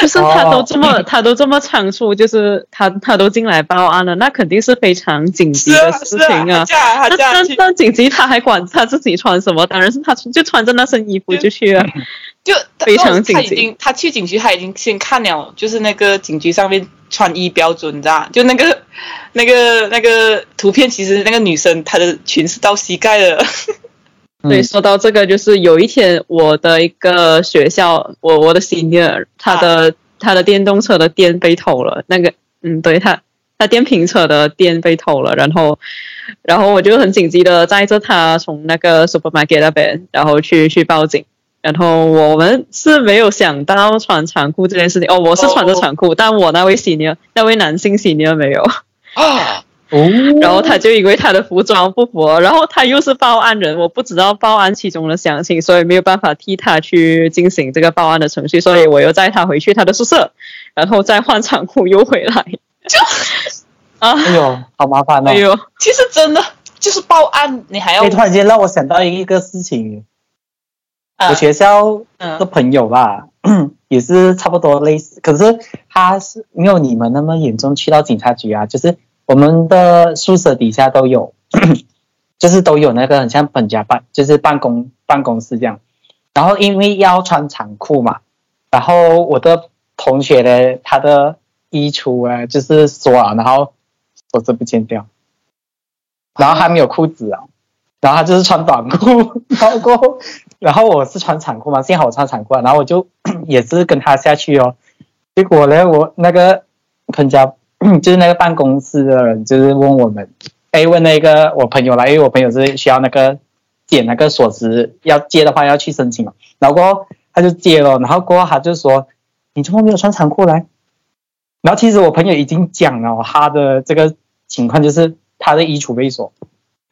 S1: 就是他
S3: 哦
S1: 都这么、他都这么仓促，就是他他都进来报案了，那肯定是非常紧急
S2: 是
S1: 的
S2: 啊
S1: 事
S2: 是
S1: 情啊。
S2: 啊，她嫁她
S1: 那
S2: 嫁
S1: 那
S2: 去
S1: 那紧急他还管他自己穿什么？当然是他穿就穿着那身衣服就去了。
S2: 就
S1: 非常
S2: 他
S1: 紧
S2: 已经他去警局，他已经先看了，就是那个警局上面穿衣标准，你知道吗？就那个 那个那个图片，其实那个女生她的裙是到膝盖的，
S1: 对，
S3: 嗯
S1: 说到这个，就是有一天我的一个学校，我我的 senior，他的、他的电动车的电被偷了，那个嗯，对他他电瓶车的电被偷了，然后然后我就很紧急的载着他从那个 supermarket 那边，然后去去报警。然后我们是没有想到穿长裤这件事情哦，我是穿着长裤但我那位 senior 那位男性 senior 没有。
S2: 啊，
S3: 哦，
S1: 然后他就因为他的服装不符，然后他又是报案人，我不知道报案其中的详情，所以没有办法替他去进行这个报案的程序，所以我又载他回去他的宿舍，然后再换长裤又回来。 啊，
S3: 哎呦，好麻烦哦！
S1: 哎呦，
S2: 其实真的就是报案，你还要
S3: 哎，突然间让我想到一个事情，
S2: 啊
S3: 我学校的
S2: 嗯
S3: 朋友吧， 也是差不多类似，可是他是没有你们那么严重，去到警察局啊，就是我们的宿舍底下都有， 就是都有那个很像本家办，就是办公办公室这样。然后因为要穿长裤嘛，然后我的同学呢，他的衣橱啊，就是缩了，然后手指不见掉，然后他没有裤子啊，然后他就是穿短裤， 然后过后，然后我是穿长裤嘛，幸好我穿长裤啊，然后我就 也是跟他下去哦，结果呢，我那个彭家 就是那个办公室的人，就是问我们，哎，问那个我朋友啦，因为我朋友是需要那个借那个锁匙，要借的话要去申请嘛，然后过后他就借了，然后过后他就说，你怎么没有穿长裤来？然后其实我朋友已经讲了他的这个情况，就是他的衣橱被锁，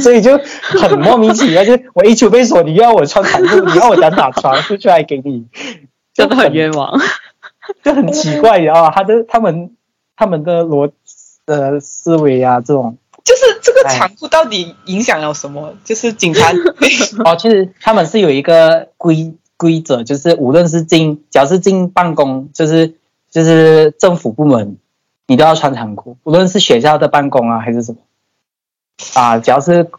S3: 所以就很莫名其妙，就是我一出被锁，你又要我穿短裤，你要我讲哪穿出去还给你，
S1: 真的很冤枉。
S3: 就很奇怪，然后他的他们他们的逻呃思维啊这种，
S2: 就是这个
S3: 哎
S2: 长裤到底影响了什么？就是警 察
S3: 哦，其实他们是有一个规规则，就是无论是进只要是进办公，就是就是政府部门，你都要穿长裤，无论是学校的办公啊还是什么啊，只要是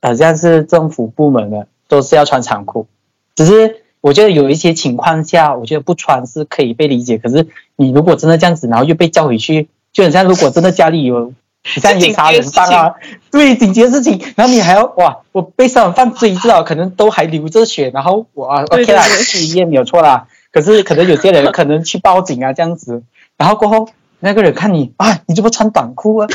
S3: 好像是政府部门的，都是要穿长裤。只是我觉得有一些情况下，我觉得不穿是可以被理解，可是你如果真的这样子，然后又被叫回去，就很像如果真的家里有。你像有杀人犯啊，对紧急的事情，然后你还要哇，我被杀人犯追到，可能都还流着血，然后我啊
S1: 对
S3: OK 啦，
S1: 对对
S3: 去医院没有错啦。可是可能有些人可能去报警啊这样子，然后过后那个人看你啊，你怎么穿短裤啊？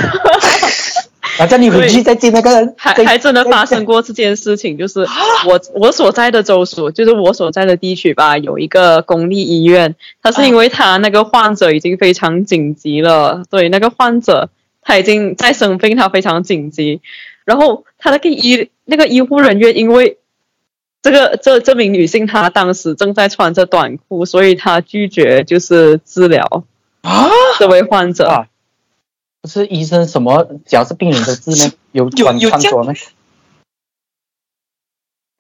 S3: 然后叫你回去
S1: 对
S3: 再见那个人，
S1: 还
S3: 再
S1: 还真的发生过这件事情，就是啊我我所在的州属，就是我所在的地区吧，有一个公立医院，它是因为它那个患者已经非常紧急了，对，那个患者他已经在生病，他非常紧急，然后他那个医那个医护人员因为。这个这这名女性她当时正在穿着短裤，所以她拒绝就是治疗
S2: 啊，
S1: 这位患者。
S3: 啊，不是医生什么，只要是病人的治呢，有
S2: 有
S3: 穿
S2: 有
S3: 穿
S2: 这样
S3: 着呢。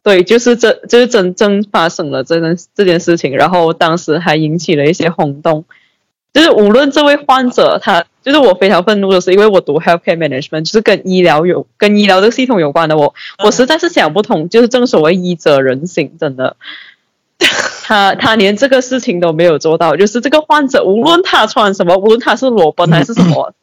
S1: 对，就是这，就是真正发生了这件这件事情，然后当时还引起了一些轰动。就是无论这位患者他，就是我非常愤怒的是，因为我读 healthcare management，就是跟医疗有跟医疗这个系统有关的，我我实在是想不通，就是正所谓医者仁心，真的。他他连这个事情都没有做到，就是这个患者无论他穿什么，无论他是裸奔还是什么，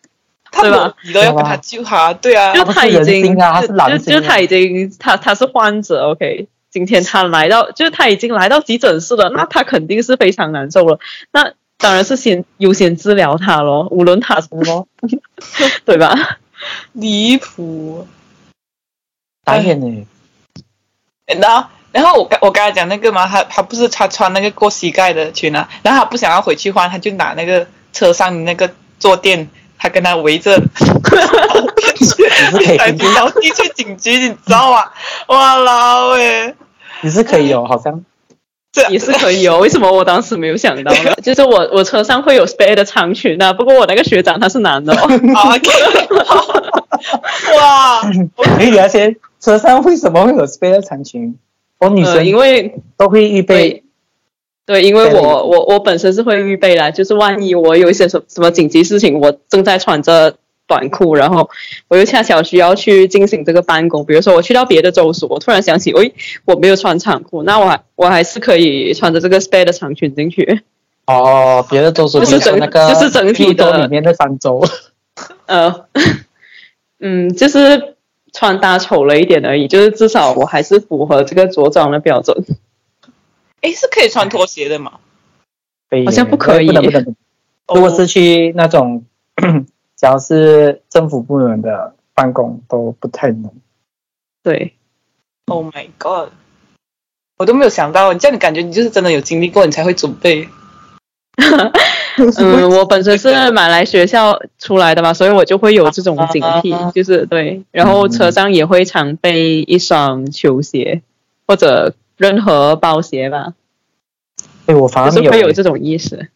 S2: 他
S1: 对吧
S2: 们你都要跟他救他，对啊，
S1: 就
S3: 不是
S1: 他已
S3: 人
S1: 经，
S3: 心啊他是
S1: 就
S3: 狼
S1: 就
S3: 心
S1: 就
S3: 啊
S1: 他已经，他他是患者，OK。今天他来到，就是他已经来到急诊室了，那他肯定是非常难受了。那当然是先优先治疗他咯，无论他什
S3: 哦
S1: 么， 对吧？
S2: 离谱。
S3: 打眼呢，
S2: 然后，然后我刚我刚才讲那个嘛，他他不是他穿那个过膝盖的裙啊，然后他不想要回去换，他就拿那个车上的那个坐垫，他跟他围着，
S3: 你是可以
S2: 来
S3: 平
S2: 不到地去警局，你知道吗？哇啦喂，
S3: 你是可以哦，好像
S2: 这
S1: 也是可以哦。为什么我当时没有想到呢？就是我我车上会有 spare 的长裙啊，不过我那个学长他是男的、哦，
S2: 啊，OK，哇，
S3: 可以聊些车上为什么会有 spare 长裙？我 女
S1: 呃，
S3: 生
S1: 因为
S3: 都会预备
S1: 对，对，因为
S3: 对
S1: 我我我本身是会预备啦，就是万一我有一些什什么紧急事情，我正在穿着短裤，然后我又恰巧需要去进行这个办公，比如说我去到别的州属，我突然想起，喂、我没有穿长裤，那我还我还是可以穿着这个 spare 的长裙进去，
S3: 哦，别的都说
S1: 就是
S3: 比如说
S1: 整
S3: 那个
S1: 就是整体的
S3: 绿洲里面的 三周，
S1: 呃，嗯，就是穿搭丑了一点而已，就是至少我还是符合这个着装的标准。
S2: 诶，是可以穿拖鞋的嘛？
S3: 好
S1: 好像不可以哦
S3: 不能不能。不能 如果是去那种，只要是政府部门的办公都不太能。
S1: 对，
S2: Oh my god！我都没有想到，这样你感觉你就是真的有经历过，你才会准备。
S1: 嗯，我本身是马来学校出来的嘛，所以我就会有这种警
S2: 啊
S1: 惕，就是对。然后车上也会常备一双球鞋或者任何包鞋吧，
S3: 对我反而
S1: 就是
S3: 没
S1: 会有
S3: 有，
S1: 这种意识。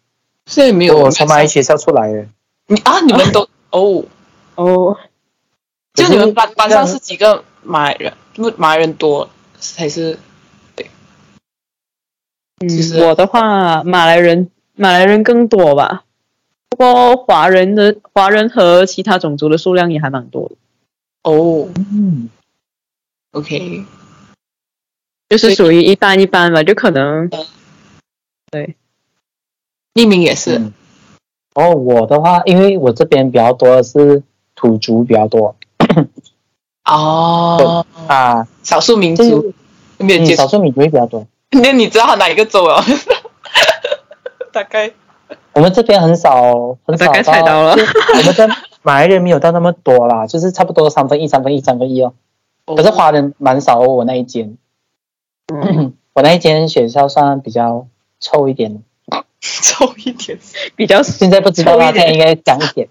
S2: 所以没有
S3: 我从马来学校出来的，
S2: 你啊，你们 都哦，
S1: 哦，
S2: 就你们班班上
S3: 这样
S2: 是几个马来人？不，马来人多还是
S1: 嗯
S2: 其实，
S1: 我的话，马来人马来人更多吧，不过华人的华人和其他种族的数量也还蛮多的，
S2: 哦
S3: 嗯，
S2: ？OK，
S1: 就是属于一般一般吧，就可能
S2: 匿名也是、
S3: 嗯哦，我的话，因为我这边比较多的是土族比较多
S2: 哦，
S3: 啊，
S2: 少数民
S3: 就是
S2: 族没有
S3: 嗯，
S2: 接
S3: 少
S2: 触。
S3: 数民族会比较多。
S2: 那你知道哪一个州啊？ 大概
S3: 我们这边很少，很少
S1: 大概猜到了
S3: 就是我们在马来人没有到那么多啦，就是差不多三分一、三分一、三分一哦。可是华人蛮少哦，我那一间，
S1: 嗯
S3: 我那一间学校算比较臭一点的。
S2: 臭一点。
S1: 比较
S3: 现在不知道
S1: 臭
S3: 啦，
S1: 一
S3: 现在
S1: 点
S3: 应该讲一点。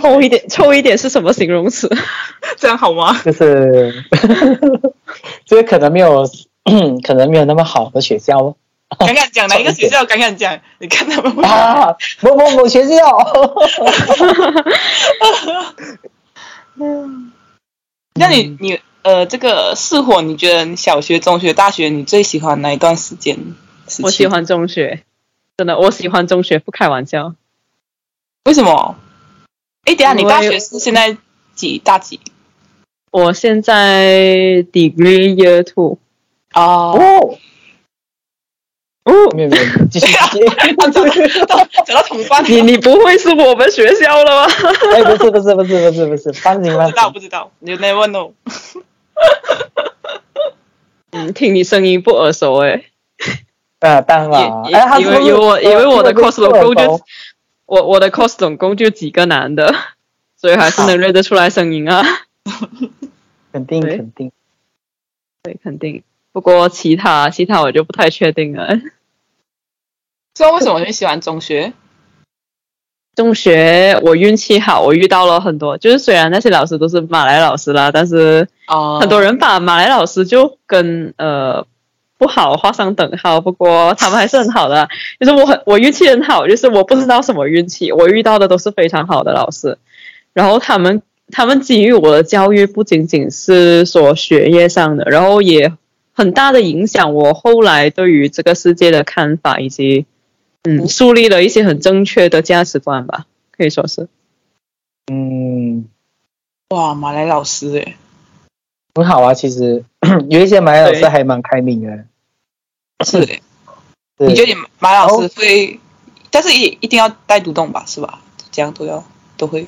S1: 臭一点，臭一点是什么形容词？
S2: 这样 好吗？
S3: 就是就是可能没有 可能没有那么好的学 校哦
S2: 敢敢讲哪一个学校？敢敢讲？你看他们会
S3: 啊，某某某学校。
S1: 哦
S2: 那
S3: 嗯
S2: 你你呃，这个是火，你觉得你小学、中学、大学，你最喜欢哪一段时间？时期
S1: 我喜。欢中学，真的，我喜欢中学，不开玩笑。
S2: 为什么？哎，等一下你
S1: 因为
S2: 大学是现在几大几？
S1: 我现在 degree year two，
S3: 哦，
S2: 哦，
S1: 哦，
S3: 没有没有，继续继 续。
S2: 找到同班。
S1: 你你不会是我们学校了吧？
S3: 哎，不是不是不是不是不是，放心
S2: 不
S3: 放
S2: 知道
S3: 心。
S2: 不知道，You never know。
S1: 嗯，听你声音不耳熟哎、
S3: 呃，当然啊，
S1: 以以
S3: 哎，他
S1: 以
S3: 是
S1: 为
S3: 不是
S1: 以为我以为我的
S3: 是不是
S1: cos 总共
S3: 做
S1: 就
S3: 狗
S1: 我我的 cos 总共就几个男的，所以还是能认得出来声音啊。
S3: 肯定
S1: 对
S3: 肯定。
S1: 对，肯定。不过其他其他我就不太确定了。
S2: 知道为什么你喜欢中学？
S1: 中学我运气好，我遇到了很多，就是虽然那些老师都是马来老师啦，但是
S2: 哦，
S1: 很多人把马来老师就跟呃不好画上等号。不过他们还是很好的啊，就是我很我运气很好，就是我不知道什么运气，我遇到的都是非常好的老师，然后他们他们给予我的教育不仅仅是说学业上的，然后也很大的影响我后来对于这个世界的看法，以及嗯树立了一些很正确的价值观吧，可以说是。
S3: 嗯，
S2: 哇，马来老师哎，
S3: 很好啊，其实 有一些马来老师
S1: 对
S3: 还蛮开明的。
S2: 是哎，
S3: 对
S2: 你觉得你马来老师会，但是一一定要带独栋吧，是吧？这样都要都会。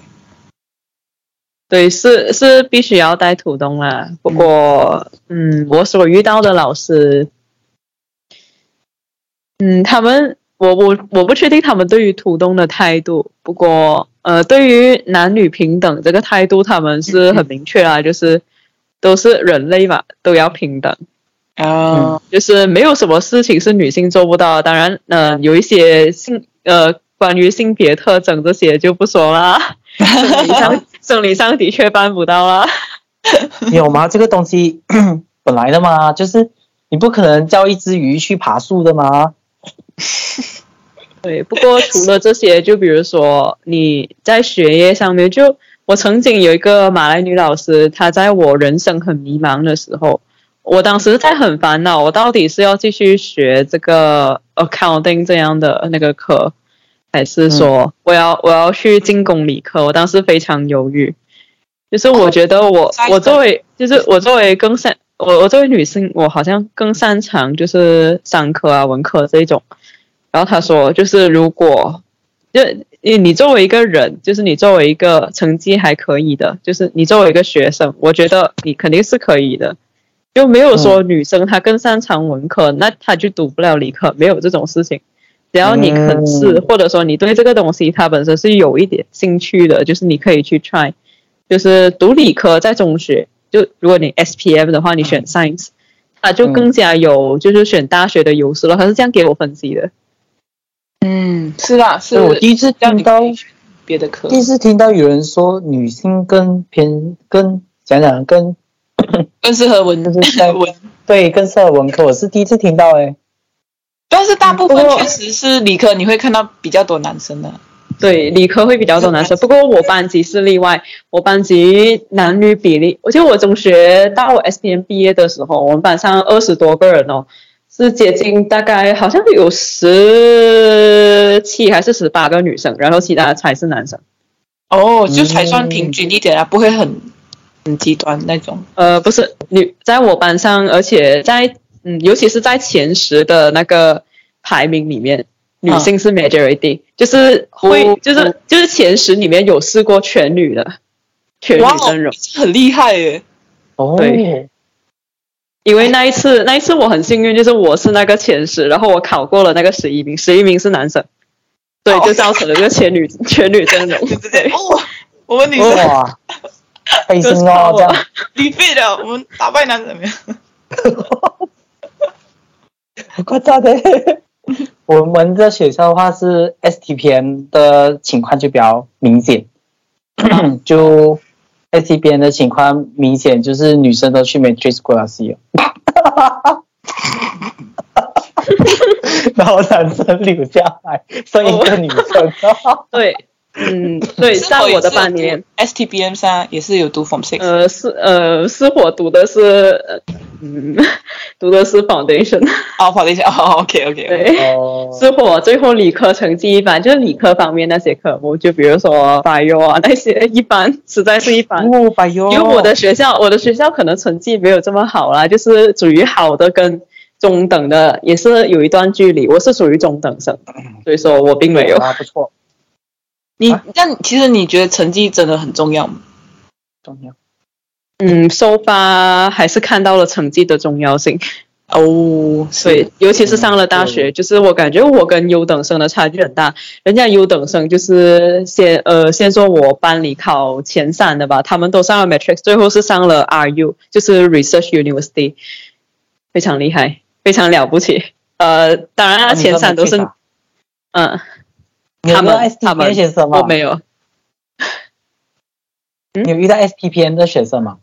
S1: 对，是是必须要带土东啦。不过，嗯，我所遇到的老师，嗯，他们，我我我不确定他们对于土东的态度。不过，呃，对于男女平等这个态度，他们是很明确啊，就是都是人类嘛，都要平等。
S2: 啊，
S1: 就是没有什么事情是女性做不到的。当然，呃，有一些性呃关于性别特征这些就不说啦，生理上生理上的确办不到啦。
S3: 有吗？这个东西 本来的嘛，就是你不可能叫一只鱼去爬树的嘛。
S1: 对，不过除了这些，就比如说你在学业上面，就我曾经有一个马来女老师，她在我人生很迷茫的时候，我当时在很烦恼，我到底是要继续学这个 accounting 这样的那个课，还是说我要、我要去进攻理科？我当时非常犹豫，就是我觉得我
S2: 在
S1: 我作为就是我作为更擅我我作为女性，我好像更擅长就是商科啊、文科这一种。然后他说，就是如果就你你作为一个人，就是你作为一个成绩还可以的，就是你作为一个学生，我觉得你肯定是可以的。就没有说女生她更擅长文科，那她就读不了理科，没有这种事情。只要你肯试，
S3: 嗯
S1: 或者说你对这个东西它本身是有一点兴趣的，就是你可以去 try。就是读理科在中学，就如果你 SPM 的话，你选 science，它就更加有就是选大学的优势了。他是这样给我分析的。
S2: 嗯，是啦，是
S3: 对，我第一次
S2: 这样你
S3: 听到
S2: 可以选别的课
S3: 第一次听到有人说女性更偏更讲讲更
S2: 更适合文
S3: 就是在
S2: 文，
S3: 对更适合文科，我是第一次听到哎、
S2: 但是大部
S3: 嗯
S2: 分
S3: 不过
S2: 确实是理科，你会看到比较多男生的。
S1: 对，理科会比较多 男生，不过我班级是例外。我班级男女比例，我记得我中学到我 SPM 毕业的时候，我们班上二十多个人哦，是接近大概好像有十七还是十八个女生，然后其他才是男生。
S2: 哦，就才
S1: 嗯
S2: 算平均一点啊，不会很很极端那种。
S1: 呃，不是你在我班上，而且在嗯，尤其是在前十的那个排名里面，女性是 majority，、就是会、
S2: 啊哦
S1: 就是就是前十里面有试过全女的全女
S2: 哦
S1: 阵容，，
S2: 很厉害耶！
S3: 哦，
S1: 对因为那一次那一次我很幸运，就是我是那个前十，然后我考过了那个十一名，十一名是男生，对，
S2: 哦
S1: 就造成了这个全女全女阵容
S2: 就直，接
S1: 对，
S2: 哦， 我们女生
S1: 哦
S3: 哇，开
S1: 就
S3: 心
S1: 是
S3: 哦，这样
S2: 离废了，我们打败男怎么样？
S3: 夸 张的。我们的学校的话是 STPM 的情况就比较明显，
S1: 嗯
S3: 就在这边的情况明显就是女生都去 Matrix Glass 了，然后男生留下来剩一个女生，
S1: 对，嗯，对，
S2: 是否
S1: 在我的
S2: 也是
S1: 班里面，
S2: ，STBM 上也是有读 Form Six，、
S1: 呃，是呃，是我读的是，呃嗯， 读的是 foundation，
S2: 哦，不好意思，哦，OK OK，
S1: 对。
S3: 哦，
S1: 是我最后理科成绩一般，就是理科方面那些科目，就比如说 bio 啊那些一般，实在是一般。
S3: 哦，哎呦，
S1: 因为我的学校，我的学校可能成绩没有这么好啦，就是属于好的跟中等的也是有一段距离。我是属于中等生，所以说我并没有。
S3: 啊，不错，
S2: 你
S3: 啊
S2: 但其实你觉得成绩真的很重要吗？
S3: 重要。
S1: 嗯，收发还是看到了成绩的重要性。
S2: 哦，
S1: 对，尤其是上了大
S3: 嗯
S1: 学，就是我感觉我跟优等生的差距很大。人家优等生就是先呃，先说我班里考前三的吧，他们都上了 Matrix，最后是上了 RU，就是 Research University，非常厉害，非常了不起。呃，当然
S3: 那
S1: 啊，
S3: 你知
S1: 前
S3: 道
S1: 三都是
S3: Matrix 啊
S1: 嗯，
S3: 你有
S1: 他
S3: 遇到
S1: 们他们
S3: STPN 学生吗
S1: 我？没有，
S3: 你有遇到 STPN 的学生吗？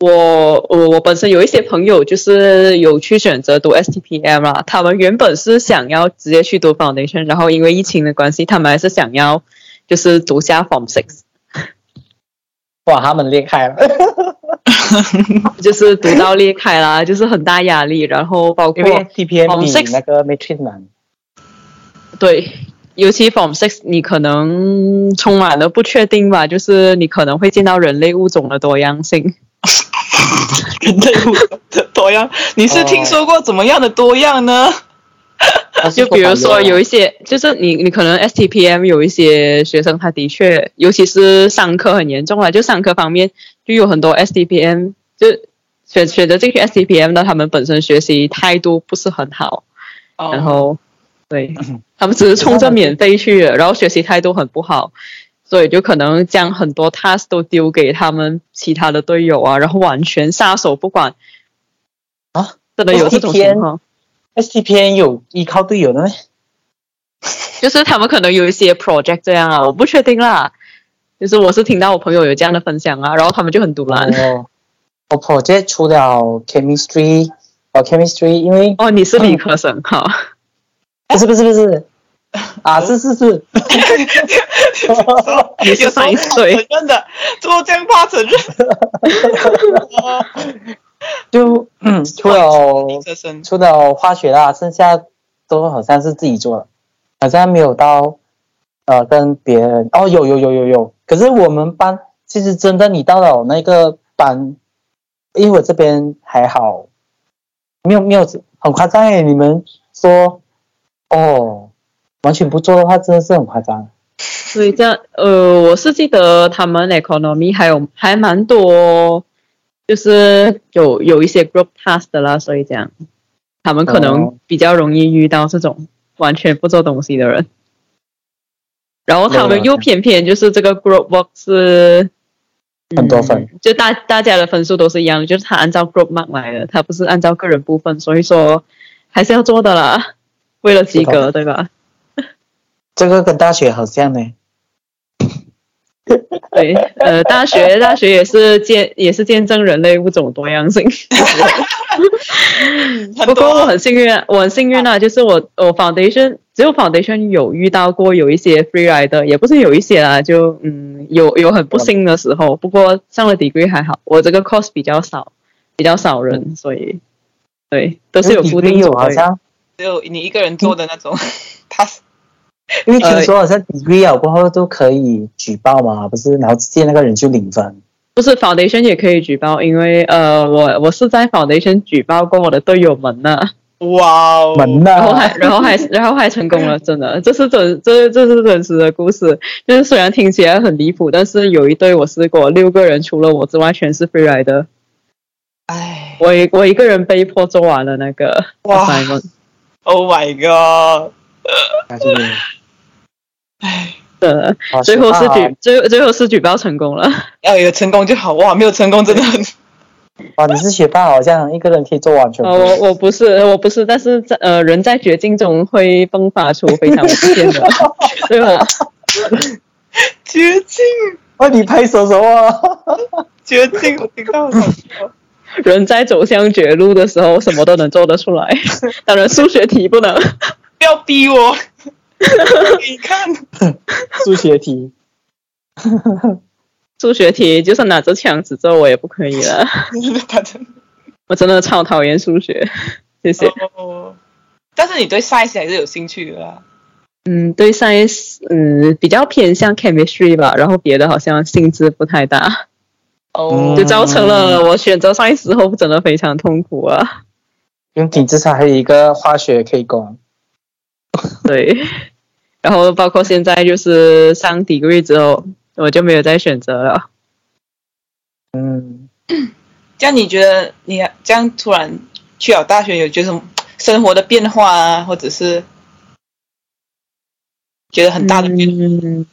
S1: 我我我本身有一些朋友就是有去选择读 STPM 啦，他们原本是想要直接去读 Foundation，然后因为疫情的关系，他们还是想要就是读下 Form Six，
S3: 哇，他们厉害了，
S1: 就是读到裂开啦，就是很大压力，然后包
S3: 因为
S1: 括
S3: STPN
S1: 我们
S3: 比
S1: six-
S3: 那个 Matrix 难。
S1: 对。尤其 Form Six，你可能充满了不确定吧，就是你可能会见到人类物种的多样性。
S2: 人类物种的多样，你是听说过怎么样的多样呢？
S3: 他是
S1: 就比如说
S3: 反右
S1: 有一些，就是你你可能 STPM 有一些学生，他的确，尤其是上课很严重了，就上课方面就有很多 STPM 就选选择进去 STPM 的，他们本身学习态度不是很好，
S2: 哦
S1: 然后 对他们只是冲着免费去的，然后学习态度很不好。所以就可能将很多 task 都丢给他们其他的队友啊，然后完全撒手不管
S3: 啊，
S1: 真的有这种情
S3: STPM
S1: 况。
S3: STPN 有依靠队友的咩？
S1: 就是他们可能有一些 project 这样啊，我不确定啦。就是我是听到我朋友有这样的分享啊，然后他们就很独揽。
S3: 哦，我 project 除了 chemistry，哦 chemistry，因为
S1: 哦，你是理科生哈、
S3: 不是不是不是，啊是是 是，
S1: 你是
S2: 有时候
S1: science
S2: 怕
S1: 对
S2: 承认的，怎么这样 怕承认？哦
S3: 就嗯除
S1: 哦
S3: 了
S2: 医生
S3: 除了化学啦，啊剩下都好像是自己做的，好像没有到呃跟别人哦，有有有有有。可是我们班其实真的，你到了那个班，因为我这边还好，没有没有很夸张哎诶。你们说哦，完全不做的话，真的是很夸张。
S1: 所以这样，呃，我是记得他们 economy 还有还蛮多，就是有有一些 group task 的啦，所以这样，他们可
S3: 哦
S1: 能比较容易遇到这种完全不做东西的人。然后他
S3: 对了
S1: 们又
S3: 解
S1: 偏偏就是这个 group work 是
S3: 很多分
S1: 嗯就大大家的分数都是一样的，就是他按照 group mark 来的，他不是按照个人部分，所以说还是要做的啦，为了及
S3: 知道
S1: 格，对吧？
S3: 这个跟大学好像呢，
S1: 对，呃，大学大学也是见也是见证人类物种多样性。
S2: 很
S1: 不过我
S2: 多
S1: 很幸运啊，我很幸运啊，就是我我 foundation 只有 foundation 有遇到过有一些 free rider，也不是有一些啦，就嗯有有很不幸的时候。不过上了 degree 还好，我这个 course 比较少，比较少人，所以对都是有固定
S3: 有
S1: 组
S3: 好
S1: 队。
S3: 像，
S2: 只有你一个人做的那 种，他是
S3: 因为听说好
S1: 呃
S3: 像 degree 了过后都可以举报嘛，不是？然后直接那个人就领分。
S1: 不是 foundation 也可以举报，因为呃我我是在 foundation 举报过我的队友们啊呢、
S2: 哇哦，
S3: 门啊呐、
S1: 然后还，然后 还，然后还成功了，真的，这是真，这这是真实的故事。就是虽然听起来很离谱，但是有一对我试过，六个人除了我之外全是 free r i d e
S2: 哎
S1: 我一我一个人被迫做完了那个
S2: 哇
S1: assignment，
S2: ，Oh my God，
S3: 那就
S2: 哎，
S1: 的，
S3: 好
S1: 最后是
S3: 学霸
S1: 举最最后是举报成功了。
S2: 要有成功就好哇，没有成功真的很
S3: 哦，你是学霸，好像一个人可以做完
S2: 嗯
S3: 全部。
S1: 呃，我我不是我不是，但是在呃人在绝境中会 迸发出非常无限的，对吧？
S2: 绝境，
S3: 喂，你拍手什么？
S2: 绝 境，我听到好笑。
S1: 人在走向绝路的时候，什么都能做得出来。当然，数学题不能。
S2: 不要逼 我。你看，
S3: 数学题，
S1: 数学题就是拿着枪指着我也不可以了。
S2: 他真的
S1: 我真的超讨厌数学。 谢谢。
S2: 哦。 但是你对 science 还是有兴趣的啦。
S1: 嗯，对 science，嗯，比较偏向 chemistry 吧，然后别的好像兴致不太大，
S2: 哦
S1: 就造成了我选择 science 之后真的非常痛苦 啊。
S3: 用体至少还有一个化学可以攻。
S1: 对，然后包括现在就是上 degree 之后，我就没有再选择了。
S3: 嗯，
S2: 这样你觉得你这样突然去了大学，有觉得什么生活的变化啊，或者是觉得很大的变化？
S1: 嗯，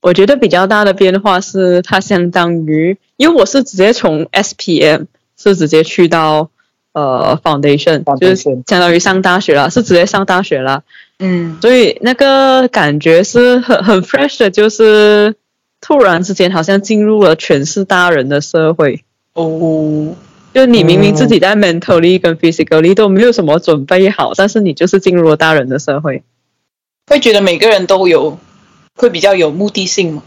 S1: 我觉得比较大的变化是，它相当于，因为我是直接从 SPM 是直接去到呃 foundation，就是
S3: Foundation
S1: 相当于上大学了，是直接上大学了，
S2: 嗯
S1: 所以那个感觉是很很 fresh 的，就是突然之间好像进入了全是大人的社会。
S2: 哦，
S1: 就你明明
S3: 嗯
S1: 自己在 mentally 跟 physically 都没有什么准备好，但是你就是进入了大人的社会。
S2: 会觉得每个人都有会比较有目的性嘛？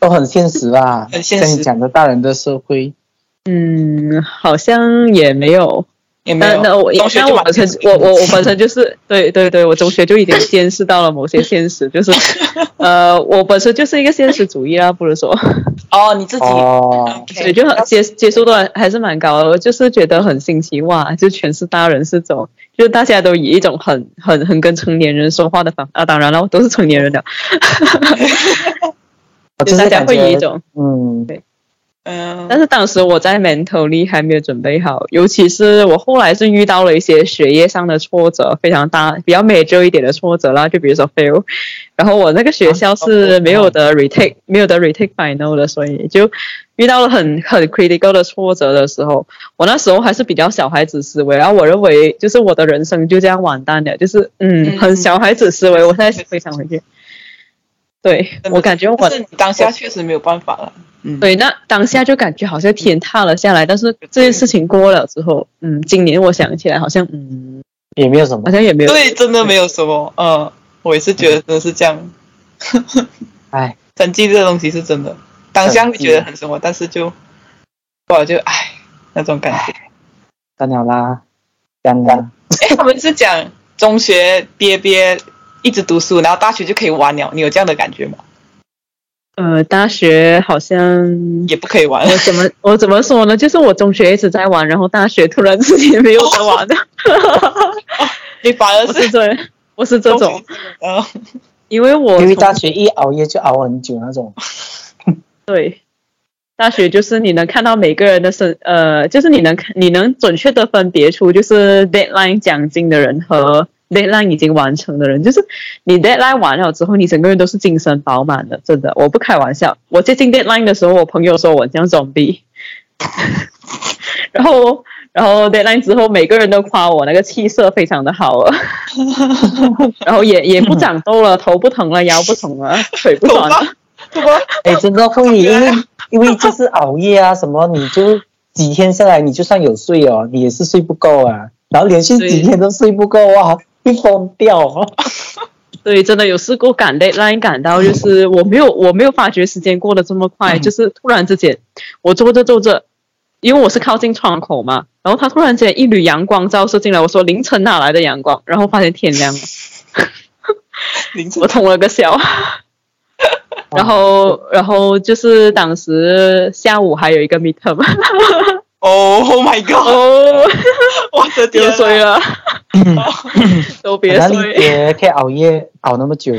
S3: 都很现实啦，
S2: 很现实
S3: 像你讲的大人的社会，
S1: 嗯，好像也没有，
S2: 也没
S1: 那
S2: 有，
S1: 那我
S2: 中学
S1: 那
S2: 就
S1: 我
S2: 把
S1: 本身我我 我本身就是对对对，我中学就已经见识到了某些现实，就是呃，我本身就是一个现实主义啦，啊不如 说，
S2: 哦，你自己
S3: 哦，
S2: OK，
S1: 所以就很接接受度还是蛮高的，我就是觉得很新奇哇，就全是大人是种，就是大家都以一种很很很跟成年人说话的方啊，当然了，我都是成年人了，
S3: 就
S1: 就是大家
S3: 感
S1: 会以一
S3: 觉，
S1: 种
S3: 嗯，
S2: 嗯，
S1: 但是当时我在 mentally 还没有准备好，尤其是我后来是遇到了一些学业上的挫折，非常大，比较 major 一点的挫折啦，就比如说 fail。然后我那个学
S2: 哦
S1: 校是没有的 retake，没有的 retake final 的，所以就遇到了很很 critical 的挫折的时候，我那时候还是比较小孩子思维，然后我认为就是我的人生就这样完蛋了，就是嗯，
S2: 嗯
S1: 很小孩子思维。我现在回想回去，对
S2: 真的
S1: 我感觉我
S2: 但是你当下确实没有办法了。嗯，
S1: 对，那当下就感觉好像天塌了下来，但是这件事情过了之后，嗯，今年我想起来好像，嗯，
S3: 也没有什么
S1: 好，像也没有，
S2: 对，真的没有什么，嗯，我也是觉得真的是这样。
S3: 哎，
S2: 成绩这个东西是真的，当下会觉得很什么，但是就后来就唉那种感 觉。
S3: 干了啦，干了，
S2: 哎，他们是讲中学憋憋一直读书，然后大学就可以玩了，你有这样的感觉吗？
S1: 呃，大学好像。
S2: 也不可以玩
S1: 我 怎么我怎么说呢？就是我中学一直在玩，然后大学突然之间没有得玩 了。
S2: 你反而
S1: 我
S2: 是
S1: 是这，我是这种，，
S2: 嗯，
S1: 因为我
S3: 因为大
S1: 从
S3: 学一熬夜就熬很久那种，
S1: 对，大学就是你能看到每个人的身，呃，就是你能看，你能准确的分别出就是 deadline 奖金的人和 deadline 已经完成的人，就是你 deadline 完了之后，你整个人都是精神饱满的，真的，我不开玩笑。我接近 deadline 的时候，我朋友说我很像 zombie，然后然后 deadline 之后，每个人都夸我那个气色非常的好 了，然后也也不长痘了，头不疼了，腰不疼 了，腿不
S2: 头
S1: 酸了。
S2: 发头发
S3: 哎，真的会，因为因为就是熬夜啊什么，你就几天下来，你就算有睡哦，你也是睡不够啊，然后连续
S1: 对
S3: 几天都睡不够哇，会疯掉哦。
S1: 对，真的有试过赶 deadline 赶到，就是我没有我没有发觉时间过得这么
S2: 嗯
S1: 快，就是突然之间，我做着做着，因为我是靠近窗口嘛，然后它突然间一缕阳光照射进来，我说凌晨哪来的阳光？然后发现天 亮了，
S2: 凌晨
S1: 我通了个
S2: 哦
S1: 宵。然后，然后就是当时下午还有一个 midterm，
S2: 哦，Oh my God，
S1: 哦，
S2: 我的
S1: 别
S2: 天啊，
S1: 睡了， 都别
S3: 哪里
S1: 睡。
S3: 也可以熬夜熬那么久？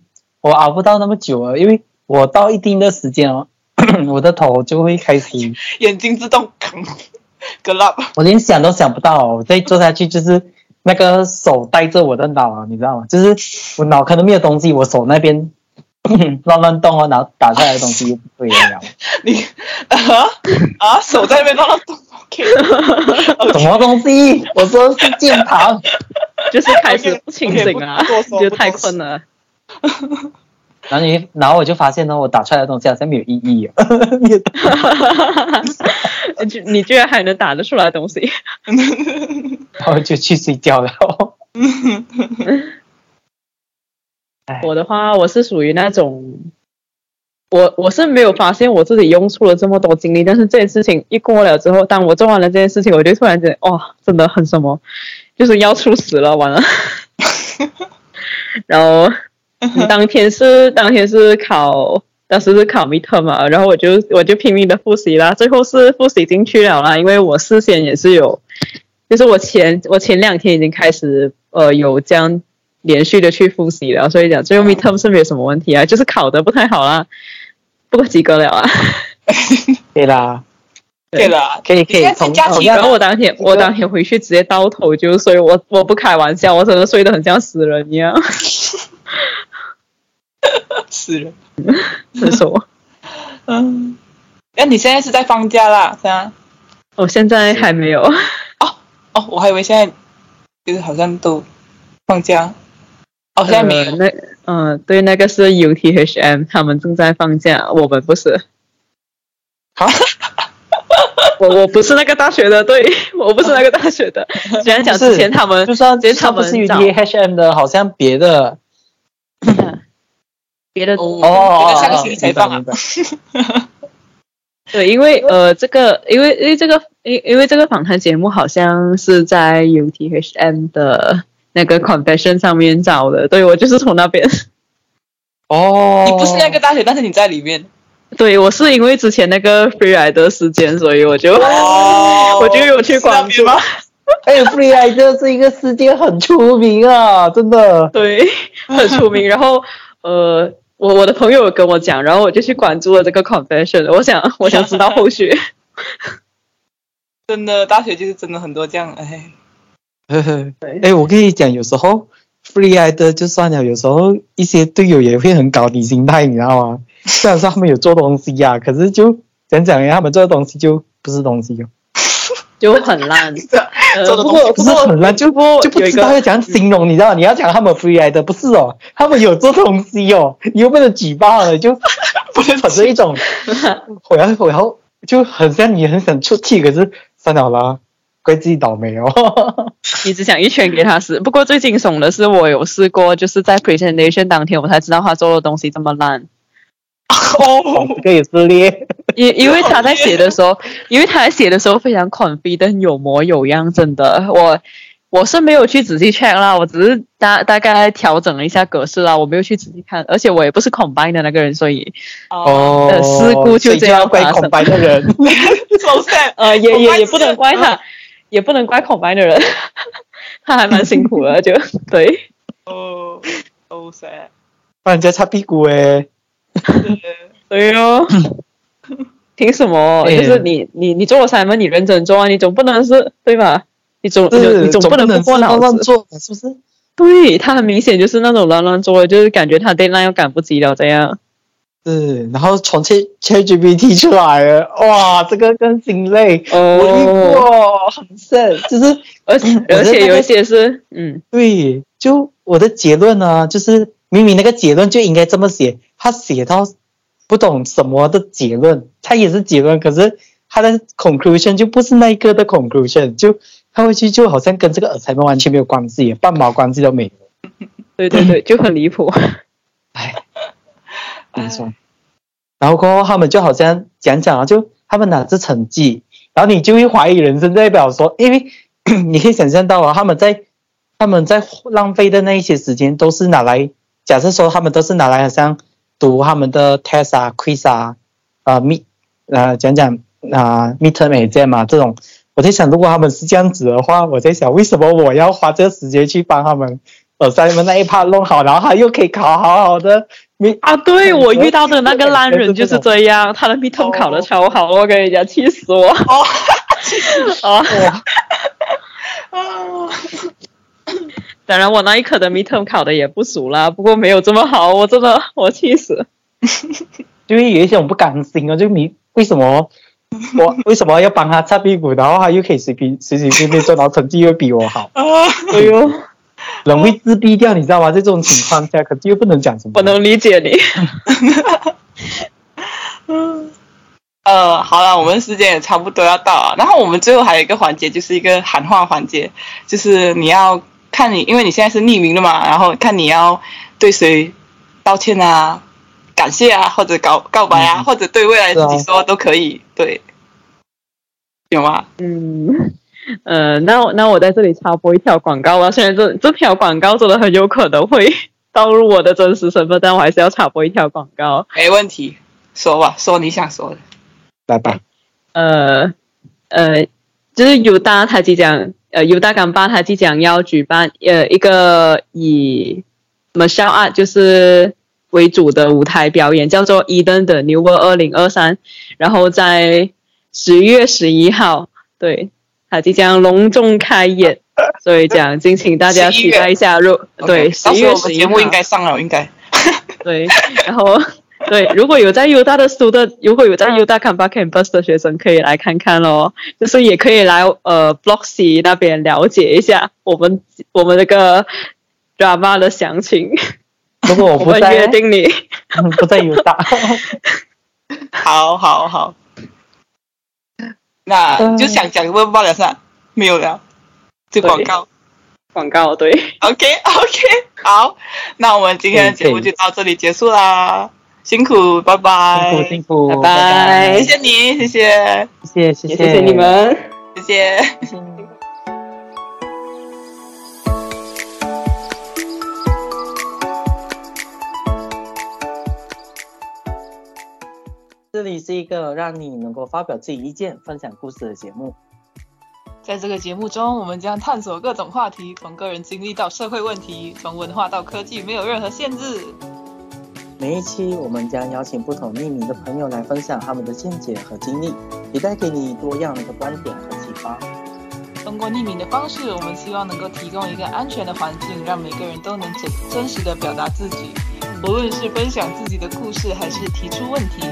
S3: 我熬不到那么久啊，因为我到一定的时间哦， 我的头就会开始，
S2: 眼睛自动 g l o b
S3: 我连想都想不到哦、我再做下去就是那个手带着我的脑啊，你知道吗？就是我脑可能没有东西，我手那边乱乱动啊，然后打下来的东西又不对了，
S2: 你啊啊手在那边乱乱动，OK，
S3: 什 么东西？我说是键盘。
S1: 就是开始不清
S2: OK，OK，
S1: 醒啊
S2: 不多说
S1: 就
S2: 不
S1: 太
S2: 多说
S1: 困了。
S3: 然后你，然后我就发现呢，我打出来的东西好像没有意义啊。
S1: 就你居然还能打得出来东西，
S3: 然后就去睡觉了。哎
S1: 我的话，我是属于那种，我我是没有发现我自己用出了这么多精力，但是这件事情一过了之后，当我做完了这件事情，我就突然间，哇，真的很什么，就是要猝死了，完了。然后当天是当天是考，当时是考 midterm 嘛，然后我就我就拼命的复习啦，最后是复习进去了啦，因为我事先也是有，就是我前我前两天已经开始呃有这样连续的去复习了，所以讲
S3: 哦
S1: 最后 midterm 是没有什么问题啊，就是考的不太好啦，不过及格了啊。
S3: 对啦，
S2: 对了，
S3: 可以可以
S2: 你现在是
S3: 同
S2: 假期
S3: 同
S1: 然后
S2: 吗？
S1: 我当天我当天回去直接倒头就睡，我我不开玩笑，我真的睡得很像死人一样，
S2: 死人。
S1: 很熟。
S2: 嗯，那你现在是在放假啦，是啊？
S1: 我现在还没有，
S2: 哦，我还以为现在就是好像都放假，哦，现在没有。
S1: 呃、那嗯、呃，对，那个是 UTHM，他们正在放假，我们不是。
S2: 好，
S1: 我我不是那个大学的，对我不是那个大学 的。虽然讲
S3: 不是
S1: 之前他们
S3: 就算
S1: 直接
S3: 就算
S1: 他
S3: 不
S1: 们
S3: 是
S1: 找
S3: UDHM 的，好像别的
S1: 别的
S2: 哦
S3: 哦哦，
S2: 那
S3: 哦
S2: 下个星期才放啊
S3: 明白明白
S1: 对，因为呃，这个因为因为这个因因为这个访谈节目好像是在 UTHM 的那个 confession 上面找的，对我就是从那边。
S3: 哦，
S2: 你不是那个大学，但是你在里面。
S1: 对我是因为之前那个 free rider 事件，所以我就、
S2: 哦
S1: 我就有去关
S2: 是
S1: 注
S2: 那边。吗？
S3: 哎，Free Rider 这一个世界很出名啊，真的。
S1: 对，很出名。然后呃，我我的朋友有跟我讲，然后我就去关注了这个 confession，我想我想知道后续。
S2: 真的，大学就是真的很多这样，哎，
S1: 对
S3: 哎，我跟你讲，有时候 Free Rider 就算了，有时候一些队友也会很搞你心态，你知道吗？虽然说他们有做东西呀、可是就讲讲呀，他们做的东西就不是东西哦，
S1: 就很烂。 呃、
S2: 做
S1: 不
S2: 得
S1: 过
S3: 不
S1: 不
S3: 是
S1: 过
S3: 很烂，就
S1: 过
S3: 就不
S1: 有一
S3: 知道
S1: 个
S3: 要怎样形容，你知道？你要讲他们 Free Rider 不是哦，他们有做东西哦，你又被人举报了，就不是本着一种我要我要就很像你很想出气，可是算了啦，怪自己倒霉哦。
S1: 你只想一拳给他死。不过最惊悚的是，我有试过，就是在 presentation 当天，我才知道他做的东西这么烂。
S2: 哦，
S3: 这个也是咧，
S1: 因因为他在写的时 候，因为他在写的时候非常 confident，有模有样，真的。我我是没有去仔细 check 啦，我只是大大概调整了一下格式啦，我没有去仔细看，而且我也不是 combine 的那个人，所以
S2: 哦
S1: 呃事故就
S3: 所以
S1: 这样
S3: 要怪
S1: 发生
S3: 孔白的 人。
S2: ，so sad，
S1: 呃也也
S2: combine
S1: 也不能怪他，也不能怪 combine 的人， 他还蛮辛苦的，就对。
S2: 哦，so sad，
S3: 帮人家擦屁股 诶、
S2: 对
S1: 对哦， 凭什么？
S3: 哎
S1: 就是你你你做了 assignment，你认真做啊，你总不能是对吧？你总你总你总不能不过脑
S3: 乱乱
S1: 子。
S3: 做，是不是？
S1: 对他很明显就是那种乱乱做的，就是感觉他 deadline 又赶不及了这样。
S3: 是，然后从 Chat ChatGPT 出来了，哇，这个更心累。我遇
S1: 哦，
S3: 过，很深，就是
S1: 而且
S3: 我
S1: 而
S3: 觉得
S1: 且有
S3: 那
S1: 一
S3: 个
S1: 些是嗯，
S3: 对，就我的结论呢、就是明明那个结论就应该这么写，他写到不懂什么的结论，他也是结论，可是他的 conclusion 就不是那一个的 conclusion，就他回去就好像跟这个耳塞们完全没有关系，半毛关系都没有。
S1: 对对 对，就很离谱。
S3: 哎，怎么说？然后过后他们就好像讲讲啊，就他们拿着成绩，然后你就会怀疑人生，代表说，因为 你可以想象到啊，他们在他们在浪费的那一些时间都是拿来，假设说他们都是拿来好像读他们的 test 啊、quiz 啊、啊 m e 呃讲讲啊 midterm exam 啊这种。我在想，如果他们是这样子的话，我在想为什么我要花这个时间去帮他们耳塞们那一 part 弄好，然后他又可以考好好的哦 mid
S1: 啊，对我遇到的那个烂人就
S3: 就
S1: 是
S3: 这
S1: 是
S3: 种
S1: 这样，他的 midterm 考的超好，我跟你讲，气死 我！
S2: 哦，
S1: 啊，
S2: 啊，
S1: 当然我那一科的 midterm 考的也不俗啦，不过没有这么好，我真的我气死。
S3: 就会有一些我不甘心啊，就你为什么我为什么要帮他擦屁股，然后他又可以随便随随便便做，然后成绩又比我好，
S2: 啊，
S1: 哎呦，
S3: 人会自闭掉，你知道吗？在这种情况下，可是又不能讲什么。
S1: 我能理解你。
S2: 呃，好了，我们时间也差不多要到了。然后我们最后还有一个环节，就是一个喊话环节，就是你要看你，因为你现在是匿名的嘛，然后看你要对谁道歉啊、感谢啊，或者告告白啊，
S3: 嗯
S2: 或者对未来自己
S3: 是啊
S2: 说都可以。对，有吗？
S1: 嗯，呃，那我那我在这里插播一条广告吧。虽然这这条广告真的很有可能会 暴露我的真实身份，但我还是要插播一条广告。
S2: 没问题，说吧，说你想说的。
S3: 来吧，
S1: 呃呃，就是犹大他即将呃犹大港巴他即将要举办呃一个以 Michelle Art 啊就是为主的舞台表演，叫做 Eden 的 New World 二零二三，然后在十月十一号，对，他即将隆重开演，所以讲敬请大家期待一下。如对
S2: OK，
S1: 十
S2: 到时候
S1: 月
S2: 我
S1: 十
S2: 们
S1: 一
S2: 节
S1: 号
S2: 目应该上了，应该。
S1: 对，然后对，如果有在 U 大的 student，如果有
S3: 嗯
S1: 在 U 大 Canva Campus 的学生，可以来看看咯，就是也可以来呃 Bloxy 那边了解一下我们我们那个 drama 的详情，
S3: 如果我
S1: 我
S3: 不
S1: 们约
S3: 在，
S1: 定你。
S3: 不在犹大，
S2: 好好好，
S1: 嗯
S2: 那就想讲问不了噻，没有了，就广告。
S1: 广告对，
S2: OK OK，好，那我们今天的节目就到这里结束啦，辛苦，拜拜，
S3: 辛苦辛苦，
S1: 拜拜
S2: 谢谢你，谢谢，
S3: 谢谢
S1: 也
S3: 谢
S1: 谢谢你们。
S2: 谢谢。
S3: 谢谢
S2: 嗯
S3: 你。这里是一个让你能够发表自己意见、分享故事的节目。
S2: 在这个节目中，我们将探索各种话题，从个人经历到社会问题，从文化到科技，没有任何限制。
S3: 每一期我们将邀请不同匿名的朋友来分享他们的见解和经历，也带给你多样的观点和启发。
S2: 通过匿名的方式，我们希望能够提供一个安全的环境，让每个人都能真真实的表达自己，无论是分享自己的故事，还是提出问题。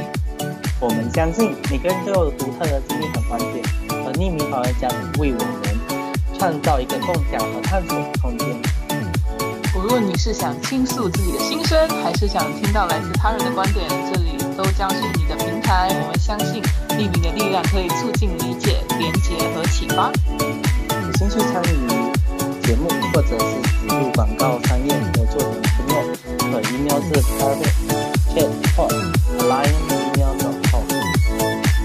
S3: 我们相信每个人都有独特的经历和观点，而匿名访问将为我们创造一个共享和探索的空间。
S2: 无论你是想倾诉自己的心声，还是想听到来自他人的观点，这里都将是你的平台。我们相信匿名的力量可以促进理解、连结和启发。
S3: 有兴趣参与节目或者是植入广告商业合作的朋友，可 email 至 private chat pod line email com。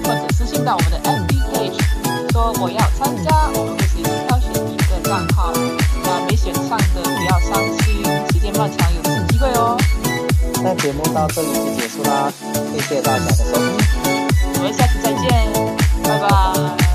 S2: 或者私信到我们的 MD page，说我要参加，我们会随机挑选一个账号。那没选上的不要伤心，时间漫长，有次机会哦。
S3: 那节目到这里就结束啦，谢谢大家的收听。
S2: 我们下次再见，拜拜。